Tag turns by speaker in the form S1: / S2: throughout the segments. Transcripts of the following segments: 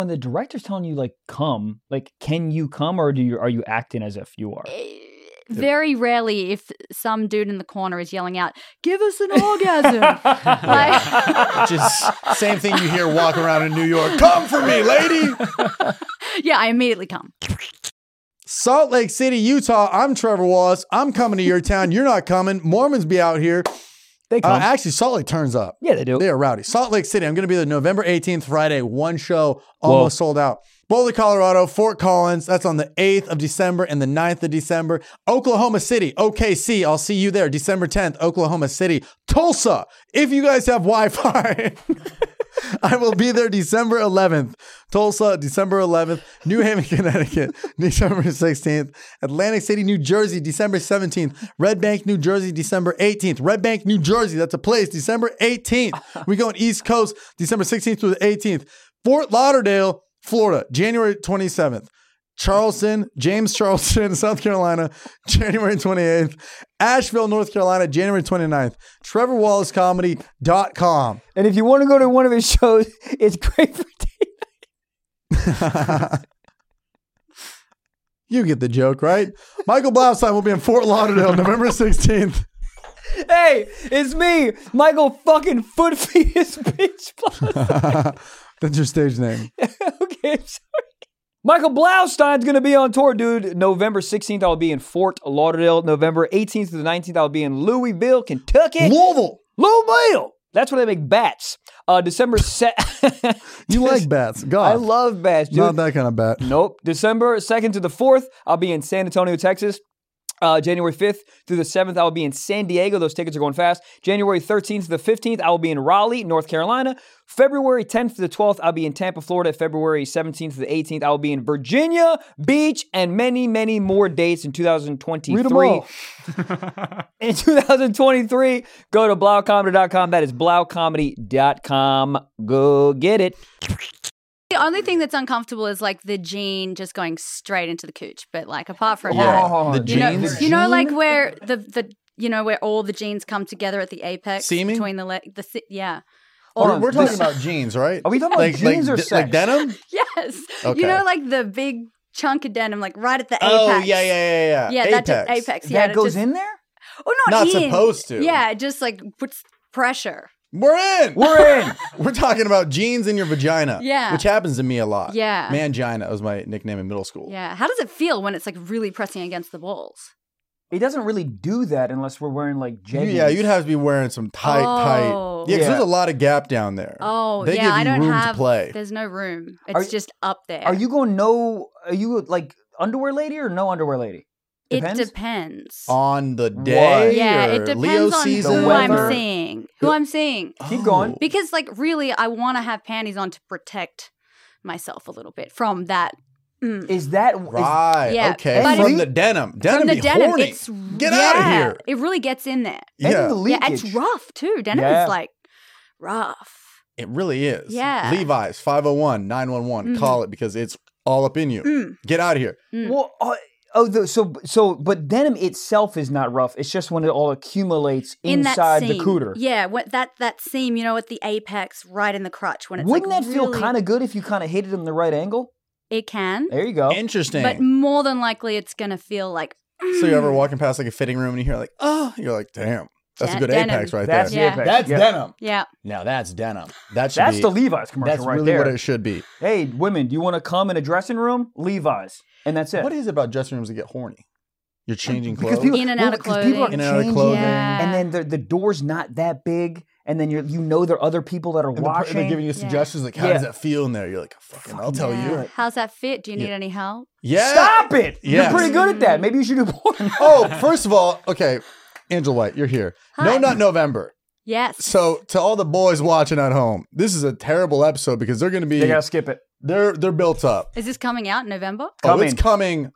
S1: when the director's telling you like come, like can you come or do you are you acting as if you are?
S2: Eh, Very rarely, if some dude in the corner is yelling out, "Give us an orgasm!" like,
S3: Which is same thing you hear walk around in New York. Come for me, lady.
S2: yeah, I immediately come.
S3: Salt Lake City, Utah. I'm Trevor Wallace. I'm coming to your town. You're not coming. Mormons be out here.
S1: They
S3: Uh,
S1: come.
S3: actually, Salt Lake turns up.
S1: yeah, they do.
S3: They are rowdy. Salt Lake City. I'm going to be there November 18th, Friday. One show almost sold out. Boulder, Colorado, Fort Collins. That's on the 8th of December and the 9th of December. Oklahoma City, OKC. I'll see you there December 10th, Oklahoma City. Tulsa, if you guys have Wi Fi. I will be there December 11th. Tulsa, December 11th. New Haven, Connecticut, December 16th. Atlantic City, New Jersey, December 17th. Red Bank, New Jersey, December 18th. Red Bank, New Jersey, that's a place, December 18th. We go on East Coast, December 16th through the 18th. Fort Lauderdale, Florida, January 27th. Charleston, James Charleston, South Carolina, January 28th. Asheville, North Carolina, January 29th. TrevorWallaceComedy.com.
S1: And if you want to go to one of his shows, it's great for
S3: You get the joke, right? Michael Blaustein will be in Fort Lauderdale November 16th.
S1: Hey, it's me, Michael fucking foot fetus bitch.
S3: That's your stage name.
S1: okay, I'm sorry. Michael Blaustein's going to be on tour, dude. November 16th, I'll be in Fort Lauderdale. November 18th to the 19th, I'll be in Louisville, Kentucky.
S3: Louisville.
S1: Louisville! That's where they make bats. Uh, December 7th.
S3: You like bats. God.
S1: I love bats, dude.
S3: Not that kind of bat.
S1: Nope. December 2nd to the 4th, I'll be in San Antonio, Texas. Uh, January 5th through the 7th, I'll be in San Diego. Those tickets are going fast. January 13th to the 15th, I'll be in Raleigh, North Carolina. February 10th to the 12th, I'll be in Tampa, Florida. February 17th to the 18th, I'll be in Virginia Beach and many, many more dates in 2023.
S3: Read 'em all.
S1: in 2023, go to blaucomedy.com. That is blaucomedy.com. Go get it.
S2: The only thing that's uncomfortable is like the gene just going straight into the cooch. But like apart from
S3: Yeah.
S2: that,
S3: The
S2: you know,
S3: genes?
S2: you know, like where the the you know where all the genes come together at the apex
S3: Semen? Oh,
S2: between the le- the se- yeah.
S3: We're, we're talking
S1: this-
S3: about jeans, right?
S1: Are we talking about jeans or
S3: d-
S1: sex?
S3: Like denim?
S2: Yes.
S3: Okay.
S2: You know, like the big chunk of denim, like right at the apex.
S3: Oh, yeah, yeah, yeah, yeah.
S2: Yeah, that just apex. Yeah,
S1: that
S2: it
S1: goes
S2: just-
S1: in there?
S2: Oh, not,
S3: Not
S2: in.
S3: supposed to.
S2: Yeah, it just like puts pressure.
S3: We're in.
S1: We're in.
S3: We're talking about jeans in your vagina.
S2: Yeah.
S3: Which happens to me a lot.
S2: Yeah.
S3: Mangina was my nickname in middle school.
S2: Yeah. How does it feel when it's like really pressing against the balls?
S1: It doesn't really do that unless we're wearing like
S3: You-
S1: jeggings.
S3: yeah, you'd have to be wearing some tight,
S2: Oh.
S3: tight. Yeah, 'cause
S1: Yeah.
S3: there's a lot of gap down there.
S2: Oh,
S3: they
S2: yeah.
S3: give
S2: I
S3: you
S2: don't
S3: room
S2: have.
S3: to play.
S2: There's no room. It's
S1: Are-
S2: just up there.
S1: Are you going no? Are you like underwear lady or no underwear lady?
S2: It
S1: Depends?
S2: depends.
S3: on the
S1: What?
S3: day.
S2: yeah,
S3: or
S2: it depends
S3: Leo
S2: on
S3: season. Oh.
S2: who
S1: The
S2: I'm
S1: weather.
S2: seeing. Who I'm seeing.
S1: Keep going.
S2: Because, like, really, I want to have panties on to protect myself a little bit from that. Mm.
S1: Is that is-
S3: Right.
S2: Yeah,
S3: Okay.
S2: but
S3: From
S1: if-
S3: the denim. Denim
S2: From the
S3: be
S2: denim,
S3: horny.
S2: it's
S3: Get
S2: yeah,
S3: out of here.
S2: It really gets in there.
S1: and the
S3: Yeah.
S2: Yeah,
S1: leakage?
S2: it's rough too. Denim
S1: Yeah.
S2: is like rough.
S3: It really is.
S2: Yeah.
S3: Levi's 501 911.
S2: Mhm.
S3: Call it because it's all up in you.
S2: Mm.
S3: Get out of here.
S1: Well, uh, oh, the, so so, but denim itself is not rough. It's just when it all accumulates
S2: In
S1: inside
S2: that
S1: the
S2: seam.
S1: cooter.
S2: Yeah, what, that that seam, you know, at the apex, right in the crotch when it's
S1: Wouldn't
S2: like
S1: that feel
S2: really-
S1: kind of good if you kind of hit it in the right angle?
S2: It can,
S1: There you go.
S3: Interesting.
S2: but more than likely, it's gonna feel like. mm,
S3: so you're ever walking past like a fitting room and you hear like, oh, you're like, damn, that's
S2: Den-
S3: a good
S2: denim.
S3: apex right
S1: that's
S3: there.
S2: Yeah.
S1: the apex.
S3: That's
S1: Yeah.
S3: denim.
S2: Yeah,
S3: Now that's denim. That should
S1: That's
S3: be,
S1: the Levi's commercial
S3: That's
S1: right
S3: really
S1: there.
S3: what it should be.
S1: hey, women, do you want to come in a dressing room? Levi's, and that's it.
S3: What is it about dressing rooms that get horny? You're changing clothes.
S1: Because people,
S2: In and out
S1: well,
S2: of
S1: 'cause people are
S2: clothing.
S3: In and out of
S1: changing,
S3: clothing.
S2: Yeah.
S1: and then the, the door's not that big, and then you're you know there are other people that are
S3: and the per-
S1: watching.
S3: they're giving you
S2: Yeah.
S3: suggestions like, how
S1: Yeah.
S3: does that feel in there? You're like, fucking, I'll tell
S2: yeah.
S3: you.
S2: How's that fit? Do you need
S3: Yeah.
S2: any help?
S3: Yeah.
S1: Stop it!
S3: Yes.
S1: You're pretty good at that. Maybe you should do porn.
S3: Oh, first of all, okay, Angel White, you're here. No,
S2: Hi.
S3: not November.
S2: Yes.
S3: So to all the boys watching at home, this is a terrible episode because they're going to be
S1: they gotta skip it.
S3: they're they're built up.
S2: is this coming out in November?
S3: Oh,
S1: Coming.
S3: it's coming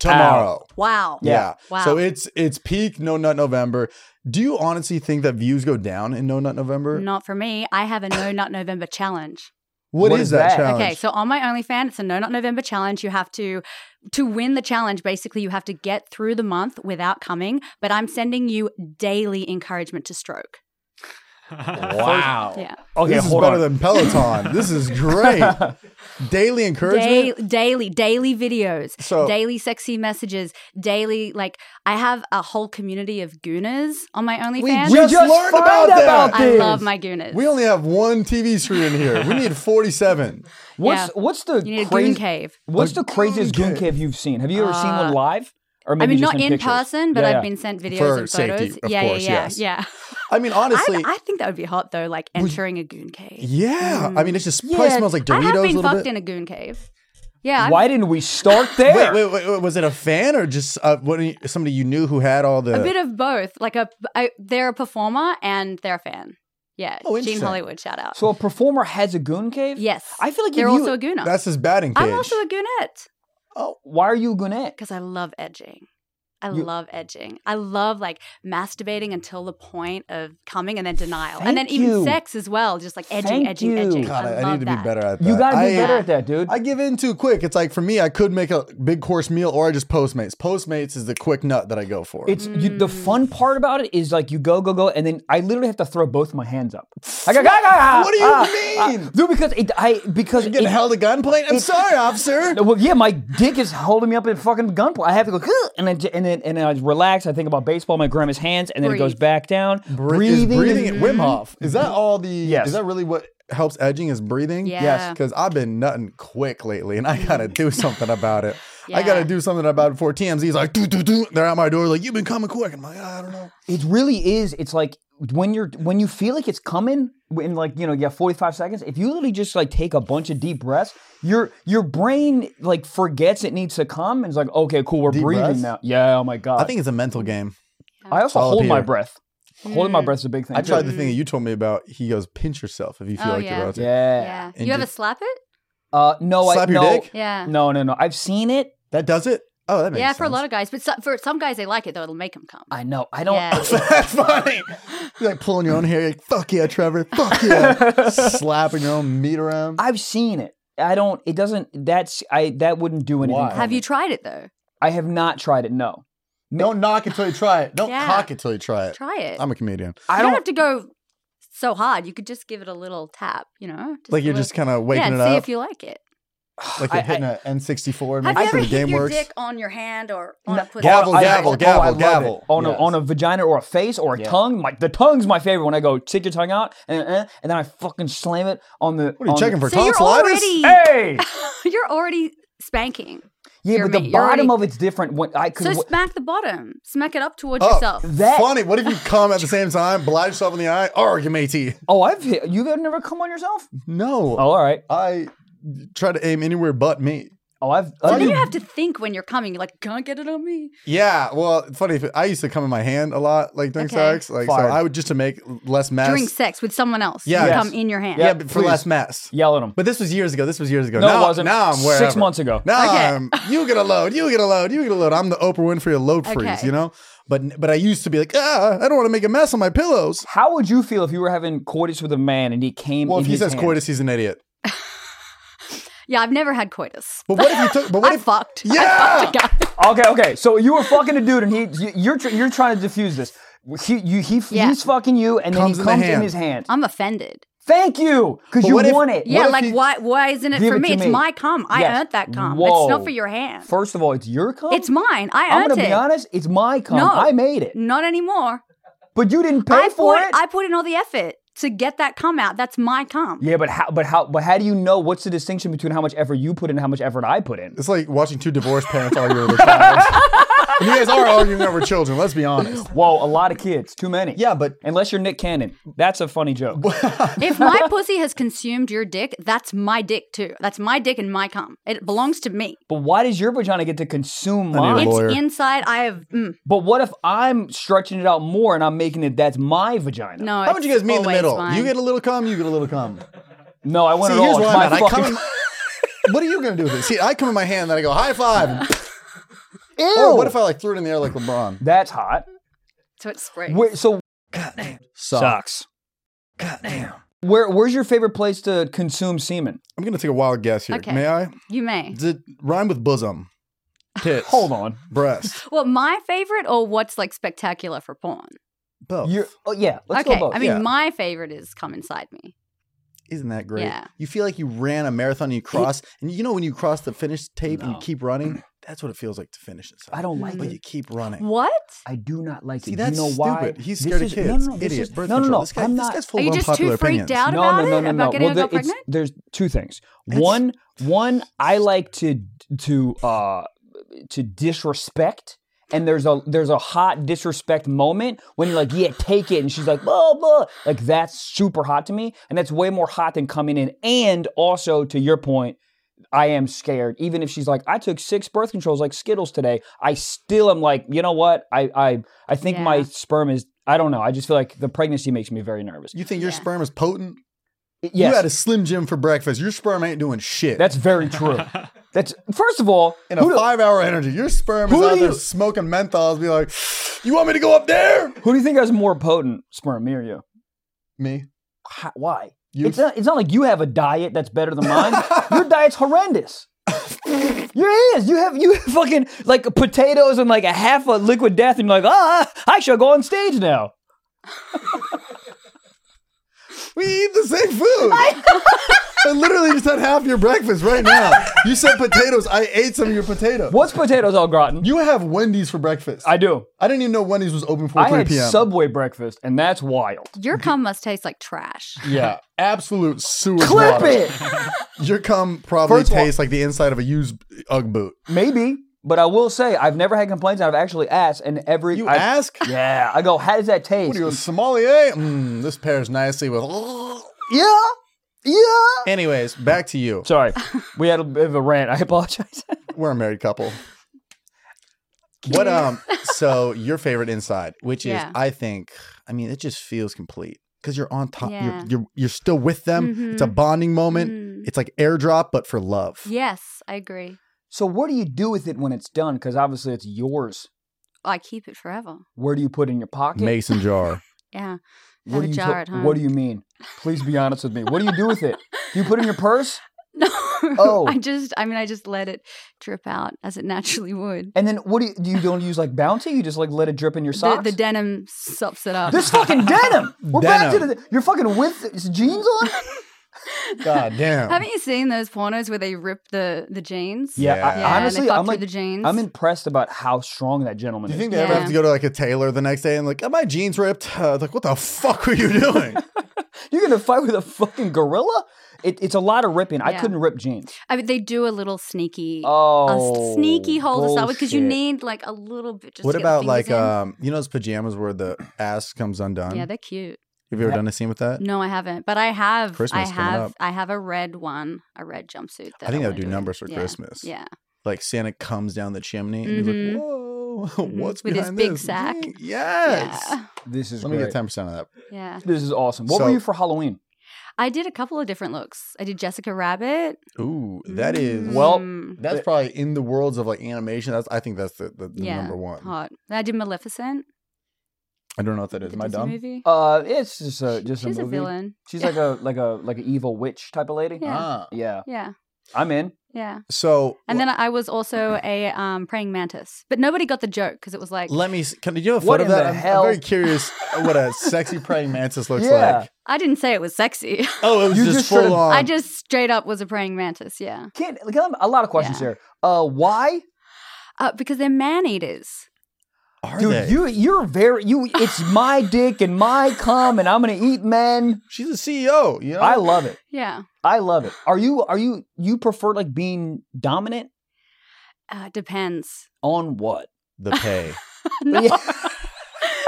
S3: tomorrow.
S2: Wow.
S1: Yeah.
S2: Wow.
S3: So it's it's peak No Nut November. Do you honestly think that views go down in No Nut November?
S2: Not for me. I have a No Nut November challenge.
S3: what is, that, challenge?
S2: Okay, so on my OnlyFans, it's a No Not November challenge. You have to to win the challenge. Basically, you have to get through the month without coming. But I'm sending you daily encouragement to stroke.
S3: Oh.
S4: Wow.
S2: Yeah.
S1: Okay,
S3: this is
S1: hold
S3: better
S1: on.
S3: than Peloton. this is great. Daily encouragement.
S2: Daily, daily, daily videos,
S3: So-
S2: daily sexy messages, daily like I have a whole community of gooners on my OnlyFans.
S3: We just
S1: just
S3: learned
S1: found out
S3: about that.
S1: about
S2: I
S1: this.
S2: love my gooners.
S3: We only have one TV screen in here. We need 47.
S1: what's
S2: yeah.
S1: what's the
S2: you need a goon
S1: crazy,
S2: cave.
S1: what's
S3: A
S1: the craziest
S3: goon
S1: goon
S3: cave.
S1: cave you've seen? Have you ever seen one
S2: Uh,
S1: live? Or
S2: I
S1: maybe
S2: mean,
S1: just
S2: not in,
S1: pictures?
S2: person, but
S1: Yeah, yeah.
S2: I've been sent videos
S3: For
S2: and
S3: safety,
S2: photos.
S3: of
S2: yeah,
S3: course,
S2: yeah, yeah,
S3: yes.
S2: yeah.
S3: I mean,
S2: I,
S3: honestly,
S2: I think that would be hot though, like entering a goon cave.
S3: yeah. I mean, it just probably
S1: Yeah.
S3: smells like
S2: I
S3: Doritos
S2: have
S3: a
S2: been
S3: little
S2: fucked
S3: bit.
S2: in a goon cave. Yeah. I've-
S1: Why didn't we start there?
S3: Wait, wait, wait, wait, was it a fan or just uh, what, somebody you knew who had all the?
S2: a bit of both. Like a, I, they're a performer and they're a fan. Yeah,
S3: Oh,
S2: Gene
S3: interesting.
S2: Hollywood, shout out.
S1: So a performer has a goon cave?
S2: yes,
S1: I feel like if
S2: they're
S1: you-
S2: also a gooner.
S3: that's his batting cage.
S2: I'm also a goonette
S1: Why are you a goonette?
S2: because I love edging. I
S1: You-
S2: love edging. I love like masturbating until the point of coming and then denial, and then
S1: Thank
S2: even
S1: you.
S2: sex as well. Just like edging,
S1: Thank
S2: edging,
S1: you.
S2: edging.
S3: God,
S2: I,
S3: I,
S2: love
S3: need to
S2: that.
S3: be better at that.
S1: You gotta be
S3: Uh, I-
S1: better at that, dude.
S3: I give in too quick. It's like for me, I could make a big course meal or I just Postmates. Postmates is the quick nut that I go for.
S1: It's you, the fun
S3: Mm.
S1: part about it is like you go go go and then I literally have to throw both my hands up. Like, ah, ah, ah,
S3: What do you
S1: ah,
S3: mean?
S1: ah. dude, because it I because
S3: You're getting
S1: it-
S3: held at gunpoint. I'm sorry, officer.
S1: No, Well, yeah, my dick is holding me up at fucking gunpoint. I have to go, "Huh," and then, and then, and then I relax. I think about baseball, my grandma's hands, and then it goes
S2: Breathe.
S1: back down.
S3: Breathing, is
S1: Breathing,
S3: breathing
S1: is-
S3: at Wim Hof. Is that all the?
S1: Yes.
S3: Is that really what helps edging? Is breathing?
S2: Yeah. Yes.
S3: Because I've been nutting quick lately, and I gotta do something about it. I
S2: Yeah.
S3: gotta do something about it before TMZ's like, do do do. They're at my door like, you've been coming quick. I'm like, I don't know.
S1: It really is. It's like when you're when you feel like it's coming in like you know you have 45 seconds if you literally just like take a bunch of deep breaths your your brain like forgets it needs to come and it's like okay cool we're
S3: Deep
S1: breathing
S3: breaths?
S1: now yeah oh my god
S3: I think it's a mental game.
S1: I also
S3: all
S1: hold my
S3: here.
S1: breath holding
S2: Mm.
S1: my breath's a big thing
S3: I
S1: too.
S3: tried the thing that you told me about. He goes, pinch yourself if you feel
S2: Oh,
S3: like
S2: yeah.
S3: you're about to.
S1: yeah,
S2: Yeah,
S3: And
S2: you ever
S3: just-
S2: slap it?
S1: uh no
S3: Slap
S1: I
S3: your
S1: no
S3: dick?
S2: Yeah,
S1: no no no I've seen it
S3: That does it. Oh, that makes
S2: yeah,
S3: sense.
S2: for a lot of guys, but so, for some guys they like it though. It'll make them come.
S1: I know I don't
S2: Yeah.
S3: That's funny. You're like pulling your own hair. You're like, fuck yeah, Trevor. Fuck yeah. Slapping your own meat around.
S1: I've seen it. I don't. It doesn't. That's I. That wouldn't do anything.
S3: Why?
S1: for
S2: Have
S1: me.
S2: you tried it though?
S1: I have not tried it. No.
S3: Don't knock it till you try it. Don't
S2: Yeah.
S3: cock it till you try it.
S2: Try it.
S3: I'm a comedian.
S1: I
S2: you don't,
S1: don't.
S2: have to go so hard. You could just give it a little tap, you know?
S3: Like
S2: a
S3: you're
S2: little-
S3: just kind of
S2: yeah,
S3: waking
S2: and
S3: it
S2: see
S3: up.
S2: if you like it.
S3: like you're
S1: I-
S3: hitting an N64 and
S2: Have you
S3: making
S2: ever
S3: sure the
S2: hit
S3: game
S2: your
S3: works.
S2: dick on your hand or on a pussy?
S3: Gavel,
S1: I- I-
S3: gavel,
S1: oh,
S3: gavel,
S1: I love it.
S3: gavel.
S1: On a
S3: Yes.
S1: on a vagina or a face or a tongue. Like the tongue's my favorite. When I go stick your tongue out and uh, and then I fucking slam it on the.
S3: What are you checking for?
S2: So you're
S3: tonsillitis?
S2: already
S1: Hey.
S2: you're already spanking.
S1: Yeah,
S2: You're
S1: but the
S2: me. You're
S1: bottom
S2: already-
S1: of it's different. When I could.
S2: So
S1: wa-
S2: smack the bottom. Smack it up towards
S3: Oh.
S2: yourself.
S1: that
S3: Funny. What if you come at the same time, blind yourself in the eye? Argument.
S1: oh, I've hit, you've never come on yourself.
S3: No.
S1: Oh, all right.
S3: I try to aim anywhere but me.
S1: Oh, I've.
S2: So
S1: I've
S2: then you have to think when you're coming. You're like, can't get it on me.
S3: Yeah, well, funny. If I used to come in my hand a lot, like during
S2: Okay.
S3: sex, like
S1: Fired.
S3: so I would just to make less mess.
S2: During sex with someone else.
S3: Yeah.
S2: You
S3: Yes.
S2: come in your hand.
S3: yeah, but for
S1: please.
S3: less mess.
S1: yell at him.
S3: But this was years ago. This was years ago.
S1: No,
S3: now,
S1: it wasn't.
S3: Now I'm wherever.
S1: six months ago.
S3: Now
S2: Okay.
S3: I'm. um, You get a load. You get a load. You get a load. I'm the Oprah Winfrey of load freeze.
S2: Okay.
S3: You know. But but I used to be like, ah, I don't want to make a mess on my pillows.
S1: How would you feel if you were having coitus with a man and he came?
S3: Well,
S1: in
S3: if he
S1: his
S3: says
S1: hand?
S3: coitus, he's an idiot.
S2: Yeah, I've never had coitus.
S3: But what if you took? But what
S2: I
S3: if?
S2: fucked. I
S3: Yeah.
S2: fucked a guy.
S1: Okay, okay. So you were fucking a dude, and he you- you're tr- you're trying to defuse this. He you, he
S2: Yeah.
S1: he's fucking you, and
S3: Comes
S1: then
S3: in the
S1: he comes in,
S3: hand.
S1: his hand.
S2: I'm offended.
S1: Thank you, because
S3: But
S1: you
S3: what if-
S1: want it.
S2: Yeah,
S3: if
S2: like
S3: he-
S2: why why isn't it
S1: Give
S2: for
S1: it
S2: me?
S1: to
S2: It's
S1: me.
S2: my cum.
S1: Yes.
S2: I earned that cum. It's
S1: Whoa.
S2: not for your hand.
S1: First of all, it's your cum.
S2: It's mine. I
S1: I'm
S2: earned
S1: gonna be
S2: it.
S1: honest. It's my cum.
S2: No.
S1: I made it,
S2: Not anymore.
S1: but you didn't pay
S2: I
S1: for
S2: put
S1: it.
S2: I put in all the effort to get that cum out. That's my cum.
S1: yeah, but how? But how? But how do you know? What's the distinction between how much effort you put in and how much effort I put in?
S3: It's like watching two divorced parents argue over child. and you guys are arguing over children. Let's be honest.
S1: Whoa, a lot of kids. Too many.
S3: Yeah, but
S1: Unless you're Nick Cannon, that's a funny joke.
S2: If my pussy has consumed your dick, that's my dick too. That's my dick and my cum. It belongs to me.
S1: But why does your vagina get to consume
S3: I need a
S1: mine?
S3: lawyer.
S2: It's inside. I have mm,
S1: But what if I'm stretching it out more and I'm making it that's my vagina?
S2: no.
S3: how about you guys meet in the middle? You get
S2: get
S3: a little cum. You get a little cum.
S1: No, I want
S3: See,
S1: it
S3: here's
S1: all. It's
S3: what I'm
S1: my
S3: at. I come
S1: fucking.
S3: in, what are you gonna do with it? See, I come in my hand, then I go high five. Or what if I like threw it in the air like LeBron?
S1: That's hot.
S2: so it sprays.
S1: Where, so
S3: Suck.
S1: where where's your favorite place to consume semen?
S3: I'm gonna take a wild guess here.
S2: Okay.
S3: May I?
S2: You may.
S3: Does it rhyme with bosom? Tits.
S1: Hold on.
S3: Breast.
S2: Well, my favorite or what's like spectacular for porn?
S3: Both.
S1: You're, oh, yeah, let's
S2: okay.
S1: go both.
S2: I mean,
S3: yeah.
S2: my favorite is Come Inside Me.
S3: Isn't that great?
S2: Yeah.
S3: You feel like you ran a marathon and you cross, and you know when you cross the finish tape and you
S1: No.
S3: keep running, that's what it feels like to finish it.
S1: I don't like
S3: But
S1: it.
S3: you keep running.
S2: What?
S1: I do not like
S3: See,
S1: it.
S3: that's
S1: do you know
S3: stupid.
S1: Why?
S3: He's
S1: This
S3: scared
S1: is-
S3: of kids.
S1: No, no, no, this
S3: Idiot.
S1: is-
S3: Birth
S1: no, no,
S3: control.
S1: no.
S3: This, guy,
S1: I'm
S3: this
S1: not.
S3: guy's full
S2: Are you
S3: of
S2: just
S3: unpopular
S2: too freaked
S3: opinions.
S2: out?
S1: no, no,
S2: about it?
S1: no, no,
S2: About
S1: no.
S2: getting
S1: Well,
S2: a
S1: there-
S2: girl
S1: it's,
S2: pregnant?
S1: there's two things.
S3: That's-
S1: One, one, I like to to uh to disrespect. And there's a there's a hot disrespect moment when you're like, yeah, take it, and she's like, blah blah, like that's super hot to me, and that's way more hot than coming in. And also to your point, I am scared. Even if she's like, I took six birth controls like Skittles today, I still am like, you know what? I I I think my
S2: Yeah.
S1: sperm is. I don't know. I just feel like the pregnancy makes me very nervous.
S3: You think your
S2: Yeah.
S3: sperm is potent?
S1: Yes,
S3: You had a Slim Jim for breakfast. Your sperm ain't doing shit.
S1: That's very true. That's first of all,
S3: in
S1: who
S3: a
S1: do,
S3: five hour energy. Your sperm is
S1: Who
S3: out
S1: do
S3: there
S1: you-
S3: smoking menthols. Be like, you want me to go up there?
S1: who do you think has more potent sperm, me or you?
S3: Me.
S1: How, why?
S3: You.
S1: It's not, it's not like you have a diet that's better than mine. Your diet's horrendous. Your is. You have you have fucking like potatoes and like a half a liquid death, and you're like, ah, I shall go on stage now.
S3: we eat the same food. I literally just had half your breakfast right now. You said potatoes. I ate some of your potatoes.
S1: What's potatoes au gratin?
S3: You have Wendy's for breakfast.
S1: I do.
S3: I didn't even know Wendy's was open
S1: I
S3: 4:30
S1: had
S3: p.m.
S1: Subway breakfast, and that's wild.
S2: Your cum must taste like trash.
S3: yeah, absolute sewage.
S1: Clip
S3: water.
S1: it,
S3: Your cum probably
S1: First of all-
S3: tastes like the inside of a used UGG boot.
S1: maybe. But I will say, I've never had complaints. I've actually asked, and every
S3: You
S1: I-
S3: ask?
S1: yeah, I go, how does that taste?
S3: What are you, a sommelier? Mm, this pairs nicely with.
S1: yeah, yeah.
S3: Anyways, back to you.
S1: Sorry, we had a bit of a rant. I apologize.
S3: We're a married couple. What um? So your favorite inside, which
S2: Yeah.
S3: is I think, I mean, it just feels complete because you're on top.
S2: Yeah.
S3: You're, you're you're still with them. It's a
S2: Mhm.
S3: bonding moment.
S2: Mm.
S3: It's like airdrop, but for love.
S2: Yes, I agree.
S1: so, what do you do with it when it's done? Because obviously, it's yours.
S2: I keep it forever.
S1: Where do you put it in your pocket?
S3: Mason jar.
S2: Yeah. I
S1: what
S2: have
S1: do
S2: a
S1: you
S2: jar
S1: put-
S2: at home.
S1: What do you mean? Please be honest with me. What do you do with it? Do you put it in your purse?
S2: No.
S1: Oh.
S2: I just, I mean, I just let it drip out as it naturally would.
S1: And then what do you do? You don't use like bounty. You just like let it drip in your
S2: The,
S1: socks.
S2: the denim sops it up.
S1: this fucking denim. We're back to
S3: Denim.
S1: the. You're fucking with jeans on.
S3: God damn.
S2: Haven't you seen those pornos where they rip the, the jeans?
S1: Yeah,
S3: Yeah.
S1: I,
S2: Yeah, and
S1: honestly,
S2: they cut
S1: I'm
S2: through
S1: like,
S2: the jeans.
S1: I'm impressed about how strong that gentleman
S3: do you
S1: is.
S3: think they ever
S2: Yeah.
S3: have to go to like a tailor the next day and like, "Are my jeans ripped?" Uh, like, what the fuck were you doing?
S1: You're gonna fight with a fucking gorilla? It, it's a lot of ripping. I
S2: Yeah.
S1: couldn't rip jeans.
S2: I mean, they do a little sneaky,
S1: Oh,
S2: a sneaky hole to start with because you
S1: bullshit.
S2: need like a little bit. Just
S3: what
S2: to get the
S3: about like
S2: fingers
S3: um, you know those pajamas where the ass comes undone?
S2: in. yeah, they're cute.
S3: Have you ever
S1: Yeah.
S3: done a scene with that?
S2: No, I haven't, but I have.
S3: uh, Christmas
S2: I
S3: coming
S2: have.
S3: up.
S2: I have a red one, a red jumpsuit. That
S3: I think that
S2: wanna
S3: would do
S2: in.
S3: numbers for
S2: Yeah,
S3: Christmas.
S2: Yeah,
S3: like Santa comes down the chimney and he's
S2: Mhm.
S3: like, "Whoa,
S2: Mhm.
S3: what's
S2: With his
S3: behind
S2: big
S3: this?"
S2: sack.
S3: Mm, Yes.
S2: yeah,
S1: This is
S3: Let me
S1: great.
S3: get ten percent of that.
S2: yeah.
S1: This is awesome. What were
S3: So-
S1: you for Halloween?
S2: I did a couple of different looks. I did Jessica Rabbit.
S3: Ooh, that is
S2: Mm,
S1: Well,
S3: that's probably in the worlds of like animation. That's I think that's the, the, the
S2: Yeah.
S3: number one.
S2: hot. I did Maleficent.
S3: I don't know what that is.
S2: the
S3: Am I
S2: Disney
S3: dumb?
S2: Movie.
S1: Uh, it's just a just
S2: She's
S1: a
S2: a,
S1: movie.
S2: villain.
S1: She's like a like a like an evil witch type of lady.
S2: Yeah.
S3: Ah.
S1: Yeah,
S2: Yeah,
S1: I'm in.
S2: yeah.
S3: So
S2: Uh. And then I was also a um, praying mantis, but nobody got the joke because it was like
S3: let me. s- Can do you have a
S1: What
S3: photo of
S1: in
S3: that?
S1: the
S3: I'm, I'm
S1: hell?
S3: very curious what a sexy praying mantis looks
S1: Yeah.
S3: like.
S2: I didn't say it was sexy.
S3: Oh, it was
S1: You
S3: just,
S1: just
S3: full
S1: should've-
S3: on.
S2: I just straight up was a praying mantis. Yeah,
S1: Can't like, I'm- a lot of questions here. Uh, why,
S2: uh, because they're man eaters.
S3: Are
S1: dude?
S3: they?
S1: You you're very you. It's my dick and my cum, and I'm gonna eat men.
S3: She's a CEO. You know?
S1: I love it.
S2: Yeah,
S1: I love it. Are you are you you prefer like being dominant
S2: uh, depends.
S1: on what?
S3: the pay.
S2: no,
S1: Yeah.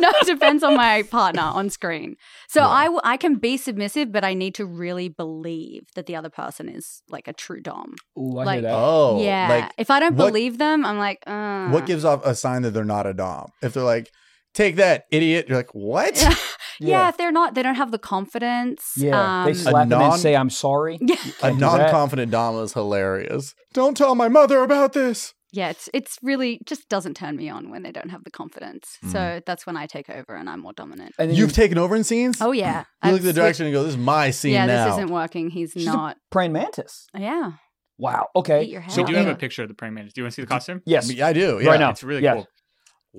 S2: no, it depends on my partner on screen. So
S3: Yeah.
S2: I, w- I can be submissive, but I need to really believe that the other person is like a true dom.
S1: Ooh, I
S2: Like-
S1: hear that.
S3: Oh,
S2: yeah.
S3: Like
S2: if I don't
S3: what-
S2: believe them, I'm like, uh.
S3: What gives off a sign that they're not a dom? If they're like, "Take that, idiot," you're like, "What?"
S2: Yeah. Yeah. if they're not, they don't have the confidence.
S1: yeah. they
S2: um,
S1: slap him
S3: non-
S1: and say I'm sorry.
S2: yeah,
S3: A
S1: Can't do that.
S3: non-confident dom is hilarious. Don't tell my mother about this.
S2: yeah, it's it's really just doesn't turn me on when they don't have the confidence. So that's when I take over and I'm more dominant.
S1: And then
S3: You've taken over in scenes.
S2: Oh yeah,
S3: you
S2: I've
S3: look at the
S2: switched-
S3: direction and go, "This is my scene
S2: Yeah,
S3: now."
S2: this isn't working. He's
S1: She's a-
S2: not.
S1: praying mantis.
S2: Yeah,
S1: Wow. Okay.
S2: Eat your
S1: So
S2: head
S4: we do have
S2: Yeah.
S4: a picture of the praying mantis. Do you want to see the costume?
S1: yes.
S3: I do. Yeah.
S1: Right now.
S4: It's really
S1: Yeah.
S4: cool.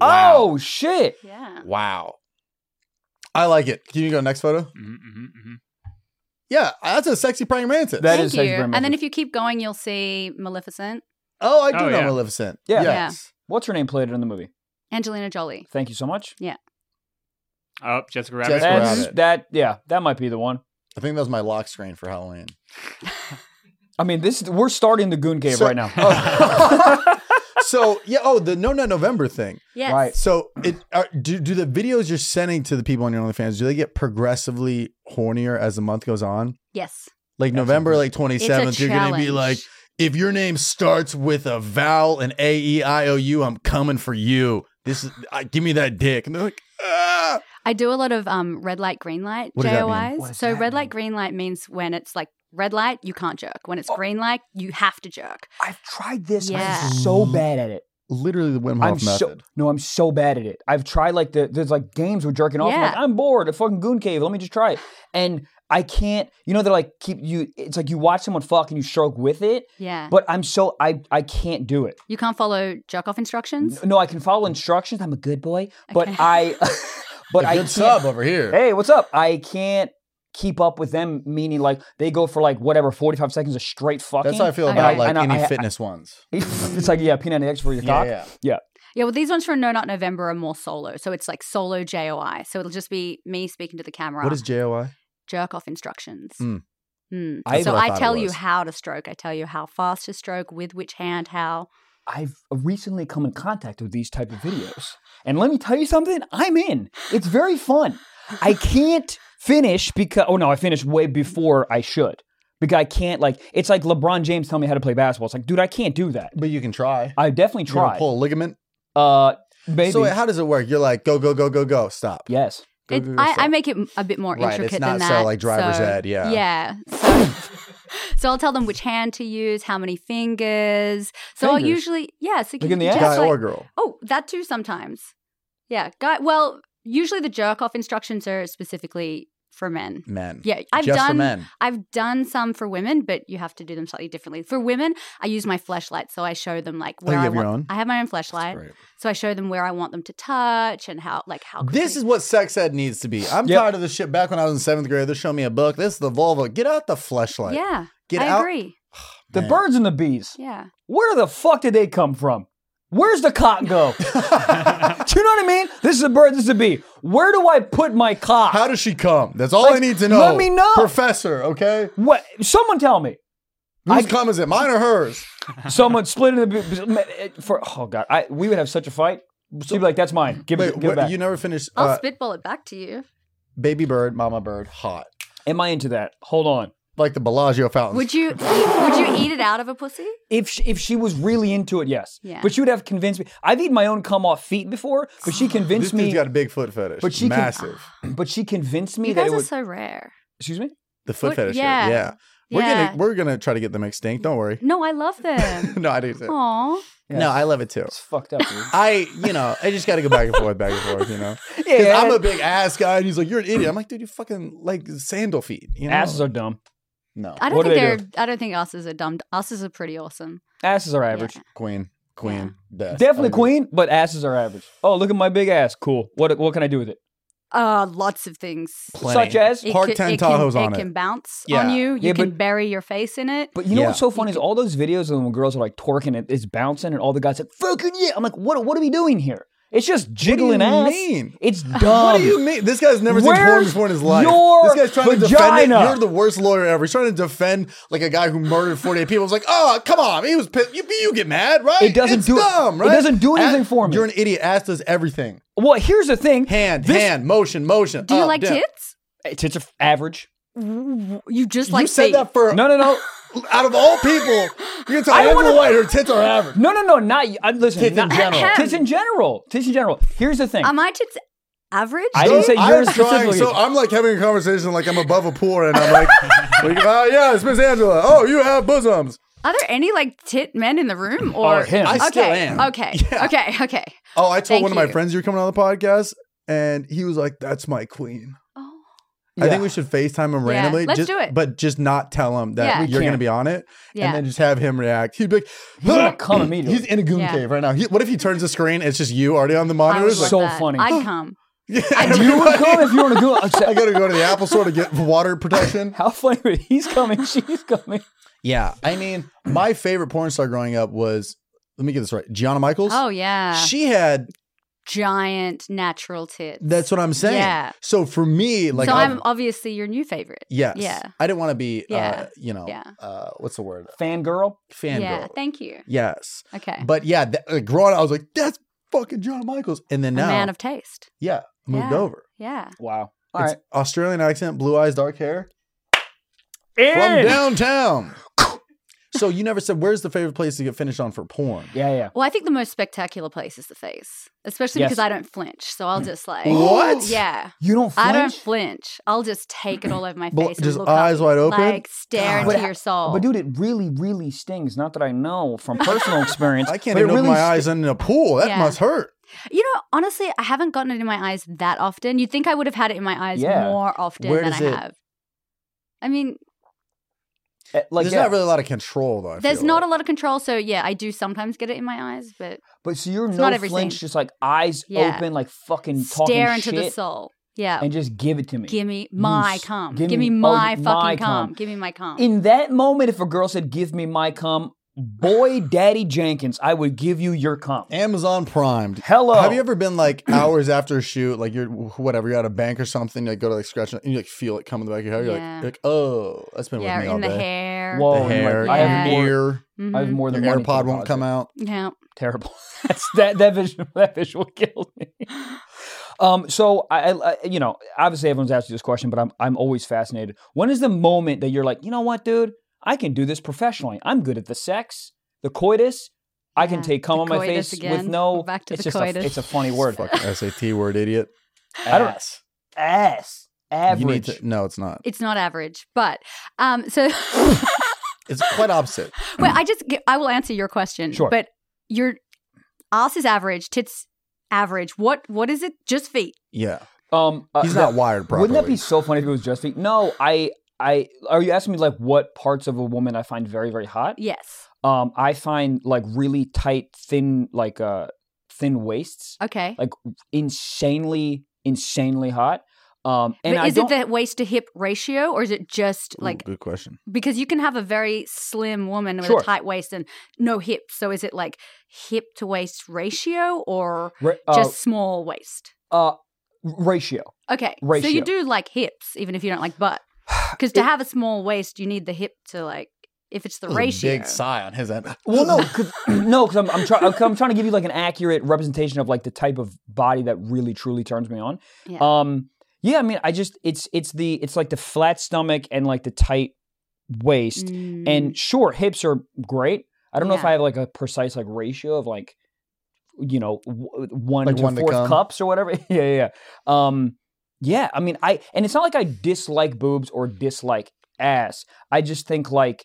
S1: Oh shit!
S2: Yeah.
S4: Wow.
S3: I like it. Can you go next photo?
S4: Mhm, mhm, mhm.
S3: Yeah, that's a sexy praying mantis.
S1: That
S2: Thank
S1: is
S2: you.
S1: Sexy Praying
S2: And then
S1: Mantis.
S2: if you keep going, you'll see Maleficent,
S3: oh, I do
S4: Oh,
S3: know
S4: yeah.
S3: Maleficent.
S1: Yeah.
S2: Yeah.
S3: Yes.
S1: What's her name played it in the movie?
S2: Angelina Jolie.
S1: Thank you so much.
S4: Oh, Jessica Rabbit.
S3: Jessica
S1: That's-
S3: Rabbit.
S1: that yeah, that might be the one.
S3: I think that was my lock screen for Halloween.
S1: I mean, this we're starting the Goon Cave
S3: So-
S1: right now.
S3: Oh. so yeah, oh, the No Nut November thing.
S2: Yes.
S1: Right.
S3: So it are, do do the videos you're sending to the people on your OnlyFans? Do they get progressively hornier as the month goes on?
S2: Yes.
S3: Like November, like
S2: It's a
S3: 27th, you're gonna be
S2: challenge.
S3: like, if your name starts with a vowel and A E I O U, I'm coming for you. This is I, give me that dick, and they're like, ah.
S2: I do a lot of um, red light, green light
S3: What does that mean?
S1: What does
S2: JOIs. So
S1: that
S2: red
S1: mean?
S2: light, green light means when it's like red light, you can't jerk. When it's green light, you have to jerk.
S1: I've tried this.
S2: Yeah.
S1: I'm so bad at it.
S3: literally the Wim Hof
S1: I'm so
S3: method.
S1: no, I'm so bad at it. I've tried like the there's like games with jerking off. I'm like
S2: Yeah.
S1: I'm bored. A fucking Goon Cave. Let me just try it. And I can't. You know, they're like keep you. It's like you watch someone fuck and you stroke with it.
S2: Yeah.
S1: But I'm so I I can't do it.
S2: you can't follow jerk off instructions.
S1: No, I can follow instructions. I'm a good boy. But
S2: Okay.
S1: I. but
S3: A
S1: I
S3: good
S1: can't-
S3: sub over here.
S1: hey, what's up? I can't keep up with them, meaning like they go for like whatever, 45 seconds of straight fucking.
S3: That's how I feel
S2: Okay.
S3: about
S2: And
S1: I-
S3: like
S1: and I-
S3: any
S1: I-
S3: fitness ones.
S1: it's like, yeah, peanut and eggs for your cock.
S2: Yeah, well, these ones for No Not November are more solo. So it's like solo JOI. So it'll just be me speaking to the camera.
S3: What is JOI?
S2: jerk off instructions?
S3: Mm.
S2: Mm.
S1: I-
S2: so
S3: That's what I
S2: I,
S3: thought it
S2: tell you
S3: was.
S2: how to stroke. I tell you how fast to stroke, with which hand, how.
S1: I've recently come in contact with these type of videos. And let me tell you something, I'm in. It's very fun. I can't finish because oh no, I finished way before I should. Because I can't like it's like LeBron James telling me how to play basketball. It's like, dude, I can't do that.
S3: But you can try.
S1: I definitely
S3: You're gonna
S1: tried.
S3: pull a ligament.
S1: Uh maybe
S3: So wait, how does it work? You're like, go, go, go, go, go. Stop.
S1: yes.
S3: Go,
S2: It,
S3: go, go,
S2: I, I
S3: stop.
S2: make it m- a bit more
S3: Right, it's
S2: intricate
S3: not
S2: than that.
S3: so, like, driver's ed, yeah.
S2: Yeah. So, so I'll tell them which hand to use, how many fingers. So I'll
S1: Fingers?
S2: usually, yeah. So you
S1: Like
S2: can
S1: in the
S2: just,
S1: ass?
S3: guy
S2: like-
S3: or girl.
S2: Oh, that too sometimes. Yeah, guy. Well, usually the jerk off instructions are specifically for men.
S3: Men.
S2: Yeah, I've
S3: Just for
S2: done.
S3: men.
S2: I've done some for women, but you have to do them slightly differently. For women, I use my flashlight, so I show them like
S3: Oh,
S2: where
S3: you
S2: I
S3: have
S2: want.
S3: your own.
S2: I have my own flashlight, so I show them where I want them to touch and how, like how.
S3: This is what sex ed needs to be. I'm
S1: Yep.
S3: tired of this shit. Back when I was in seventh grade, they're showing me a book. This is the vulva. Get out the fleshlight.
S2: yeah,
S3: Get
S2: I
S3: out.
S2: agree.
S1: The
S3: Man.
S1: birds and the bees.
S2: Yeah,
S1: Where the fuck did they come from? Where's the cock go? do you know what I mean? This is a bird, this is a bee. Where do I put my cock?
S3: How does she come? That's all I
S1: Like,
S3: need to know.
S1: let me know.
S3: Professor. Okay,
S1: what? Someone tell me.
S3: whose cum is it? Mine or hers?
S1: Someone split in the for oh god, I we would have such a fight. She'd be like, "That's mine. Give
S3: Wait,
S1: it, give it
S3: what-
S1: back."
S3: you never finished.
S2: I'll
S3: Uh,
S2: spitball it back to you.
S3: baby bird, mama bird, hot
S1: Am I into that? Hold on.
S3: like the Bellagio fountain.
S2: Would you? would you eat it out of a pussy?
S1: If she, if she was really into it, yes.
S2: Yeah.
S1: But she would have convinced me. I've eaten my own cum off feet before, but she
S3: this
S1: convinced
S3: dude's
S1: me.
S3: got a big foot fetish.
S1: But she can-
S3: massive.
S1: But she convinced me
S2: You
S1: that
S2: guys
S1: it
S2: are
S1: was.
S2: so rare.
S1: excuse me.
S3: The foot
S2: What-
S3: fetish. Yeah.
S2: yeah.
S3: yeah. We're
S2: yeah.
S3: gonna we're gonna try to get them extinct. Don't worry.
S2: No, I love them.
S3: no, I do too.
S2: Aw.
S1: Yeah.
S3: No, I love it too.
S1: It's fucked up. Dude.
S3: I, you know, I just got to go back and forth, back and forth, you know. 'Cause
S1: Yeah.
S3: I'm a big ass guy, and he's like, "You're an idiot." I'm like, "Dude, you fucking like sandal feet." You know?
S1: Asses are dumb.
S3: no
S2: I don't
S1: What do
S2: think
S1: they
S2: they're.
S1: do?
S2: I don't think asses are dumb. Asses are pretty awesome.
S1: Asses are
S2: Yeah.
S1: average.
S3: queen, queen, best.
S1: Definitely
S3: I mean,
S1: queen, but asses are average. Oh, look at my big ass. Cool. What what can I do with it?
S2: Uh, lots of things.
S3: plenty.
S1: Such as.
S2: It
S3: Park
S2: can-
S3: 10
S2: it can-
S3: Tahoes on
S2: It
S3: it.
S2: can bounce
S3: Yeah.
S2: on you. You
S1: Yeah,
S2: can
S1: but-
S2: bury your face in it.
S1: But you know
S3: Yeah.
S1: what's so funny is all those videos of when girls are like twerking and it's bouncing and all the guys like fucking yeah. I'm like, what what are we doing here? It's just
S3: What do you
S1: jiggling ass.
S3: mean?
S1: It's dumb.
S3: What do you mean? This guy's never seen porn
S1: Um, Where's
S3: before in his life.
S1: your
S3: this guy's trying to defend it.
S1: vagina?
S3: You're the worst lawyer ever. He's trying to defend like a guy who murdered 48 people. It's like, oh, come on, he was pissed. You, you get mad, right?
S1: It doesn't
S3: It's
S1: do-
S3: dumb,
S1: it
S3: right?
S1: doesn't do anything
S3: Ass-
S1: for me.
S3: You're an idiot. Ass does everything.
S1: Well, here's the thing.
S3: Hand,
S1: This-
S3: hand, motion, motion. Oh,
S2: Do you
S3: up,
S2: like
S3: down.
S2: tits?
S1: Eh, Tits are average.
S2: You just like
S3: you said
S2: feet.
S3: that for
S1: No, no, no,
S3: out of all people, you're gonna tell
S1: I don't
S3: Amber
S1: wanna-
S3: White her tits are average.
S1: no, no, no. Not y- I- listen.
S3: Tits in
S1: not-
S3: general.
S1: Tits in general. Tits in general. Here's the thing.
S2: Are my tits average?
S1: I didn't say
S3: I'm
S1: yours
S3: trying,
S1: specifically.
S3: so I'm like having a conversation like I'm above a pool, and I'm like, like oh yeah, it's Miss Angela. Oh, you have bosoms.
S2: Are there any like tit men in the room
S1: Or
S2: or
S1: him. I
S2: Okay,
S3: still am.
S2: Okay,
S3: Yeah.
S2: okay, okay.
S3: Oh, I told
S2: Thank
S3: one of my
S2: you.
S3: friends you were coming on the podcast, and he was like, "That's my queen."
S2: Oh,
S3: I
S1: Yeah.
S3: think we should FaceTime him
S2: Yeah,
S3: randomly.
S2: let's
S3: just,
S2: do it.
S3: But just not tell him that
S2: Yeah. We
S3: you're going to
S1: can't.
S3: be on it
S2: Yeah.
S3: and then just have him react. He'd be like,
S1: gonna come immediately.
S3: He's in a goon
S2: Yeah.
S3: cave right now. He, what if he turns the screen? It's just you already on the
S2: I
S3: monitor.
S2: would
S3: It's
S2: love
S1: so
S2: that.
S1: funny.
S2: I'd come.
S3: yeah,
S1: You would
S3: everybody-
S1: come if you want to do
S3: I
S1: it.
S3: got to go to the Apple store to get water protection.
S1: How funny would it- he's coming, she's coming.
S3: Yeah. I mean, my favorite porn star growing up was, let me get this right, Gianna Michaels.
S2: Oh yeah,
S3: She had,
S2: giant natural tits.
S3: that's what I'm saying.
S2: Yeah.
S3: So for me, like,
S2: so
S3: I've-
S2: I'm obviously your new favorite.
S3: yes.
S2: Yeah.
S3: I didn't want to be, uh,
S2: Yeah.
S3: you know,
S2: Yeah.
S3: uh, what's the word?
S1: Fangirl.
S3: Fangirl.
S2: yeah. Thank you.
S3: yes.
S2: Okay.
S3: But yeah, that, like, growing up, I was like, that's fucking John Michaels. And then
S2: a
S3: now,
S2: man of taste.
S3: yeah, moved
S2: Yeah.
S3: over.
S2: Yeah.
S1: Wow. All
S3: it's
S1: right.
S3: Australian accent, blue eyes, dark hair from
S1: In.
S3: downtown. so you never said, where's the favorite place to get finished on for porn?
S1: Yeah, yeah.
S2: Well, I think the most spectacular place is the face, especially
S1: Yes.
S2: because I don't flinch. So I'll just like
S3: Hmm. What?
S2: Yeah.
S1: You don't flinch.
S2: I don't flinch. I'll just take it all over my
S3: Bl-
S2: face.
S3: just
S2: and look
S3: eyes
S2: up,
S3: wide open?
S2: like stare
S3: God.
S2: into
S1: But-
S2: your soul.
S1: But dude, it really, really stings. Not that I know from personal experience.
S3: I can't
S1: but it
S3: even open
S1: really
S3: my
S1: sti-
S3: eyes in a pool. That
S2: Yeah.
S3: must hurt.
S2: you know, honestly, I haven't gotten it in my eyes that often. You'd think I would have had it in my eyes
S1: Yeah.
S2: more often
S3: Where
S2: than I
S3: does it-
S2: have. I mean,
S1: Eh, Like,
S3: There's
S1: yeah.
S3: not really a lot of control though. I
S2: there's
S3: feel
S2: not
S3: like.
S2: a lot of control, so yeah, I do sometimes get it in my eyes, but
S1: But so you're
S2: It's
S1: no
S2: not everything.
S1: flinch, just like eyes
S2: Yeah.
S1: open, like fucking talking
S2: stare into the
S1: shit,
S2: soul. Yeah,
S1: and just give it to me.
S2: give me my
S1: s-
S2: cum.
S1: give
S2: Give, me,
S1: me- oh,
S2: my
S1: my
S2: fucking
S1: cum.
S2: cum. Give me my cum.
S1: In that moment, if a girl said, "Give me my cum," boy, Daddy Jenkins, I would give you your cum.
S3: Amazon primed.
S1: Hello.
S3: Have you ever been like hours after a shoot, like you're whatever, you're at a bank or something, like go to like scratch it, and you like feel it come in the back of your hair. You're like-
S2: Yeah.
S3: you're like, oh, that's been
S2: yeah,
S3: with me
S2: or
S3: all
S2: in the
S3: day.
S2: hair.
S1: Whoa. Oh,
S3: the hair,
S1: my-
S2: I have
S3: the
S1: more-
S3: ear,
S2: Mhm.
S1: I have more
S3: your
S1: than one
S3: AirPod
S1: thing
S3: won't
S1: about
S3: come
S1: it.
S3: out.
S2: No.
S1: Terrible. That's that that visual that visual killed me. Um, so I, I, you know, obviously everyone's asked you this question, but I'm I'm always fascinated. When is the moment that you're like, you know what, dude, I can do this professionally. I'm good at the sex, the coitus. I can
S2: Yeah,
S1: take cum
S2: the
S1: on my
S2: coitus
S1: face with
S2: again.
S1: no.
S2: We're back to
S1: it's
S2: the
S1: just A,
S2: coitus.
S1: it's a funny word.
S3: Fucking SAT word, idiot.
S1: I don't-
S3: Ass.
S1: Ass.
S3: You need
S1: Average.
S3: to, no, it's not.
S2: It's not average, but um, so
S3: It's quite opposite.
S2: well, I just I will answer your question.
S1: Sure.
S2: But your ass is average, tits average. What what is it? Just feet.
S3: Yeah,
S1: Um, uh,
S3: he's
S1: that-
S3: not wired properly.
S1: Wouldn't that be so funny if it was just feet? No, I, I. Are you asking me like what parts of a woman I find very, very hot?
S2: Yes.
S1: Um, I find like really tight, thin, like uh, thin waists,
S2: Okay.
S1: Like, insanely, insanely hot. Um, and
S2: but
S1: I
S2: is it
S1: don't.
S2: the waist to hip ratio, or is it just
S3: Ooh,
S2: like
S3: good question?
S2: because you can have a very slim woman with
S1: Sure.
S2: a tight waist and no hips? So is it like hip to waist ratio or
S1: ra- uh,
S2: just small waist?
S1: uh, ratio.
S2: Okay, so
S1: ratio.
S2: you do like hips, even if you don't like butt, because to
S1: It-
S2: have a small waist, you need the hip to like if it's the
S3: That was a
S2: ratio.
S3: Big sigh on his end.
S1: Well, no, cause, no, because I'm I'm, try- I'm I'm trying to give you like an accurate representation of like the type of body that really truly turns me on.
S2: Yeah.
S1: Um, yeah, I mean, I just it's it's the it's like the flat stomach and like the tight waist,
S2: Mm.
S1: and sure, hips are great. I don't know if
S2: Yeah.
S1: I have like a precise like ratio of like, you know, w- uh, one
S3: Like
S1: to
S3: one to
S1: fourth
S3: come.
S1: cups or whatever. yeah, yeah, yeah. Um, yeah. I mean, I and it's not like I dislike boobs or dislike ass. I just think like,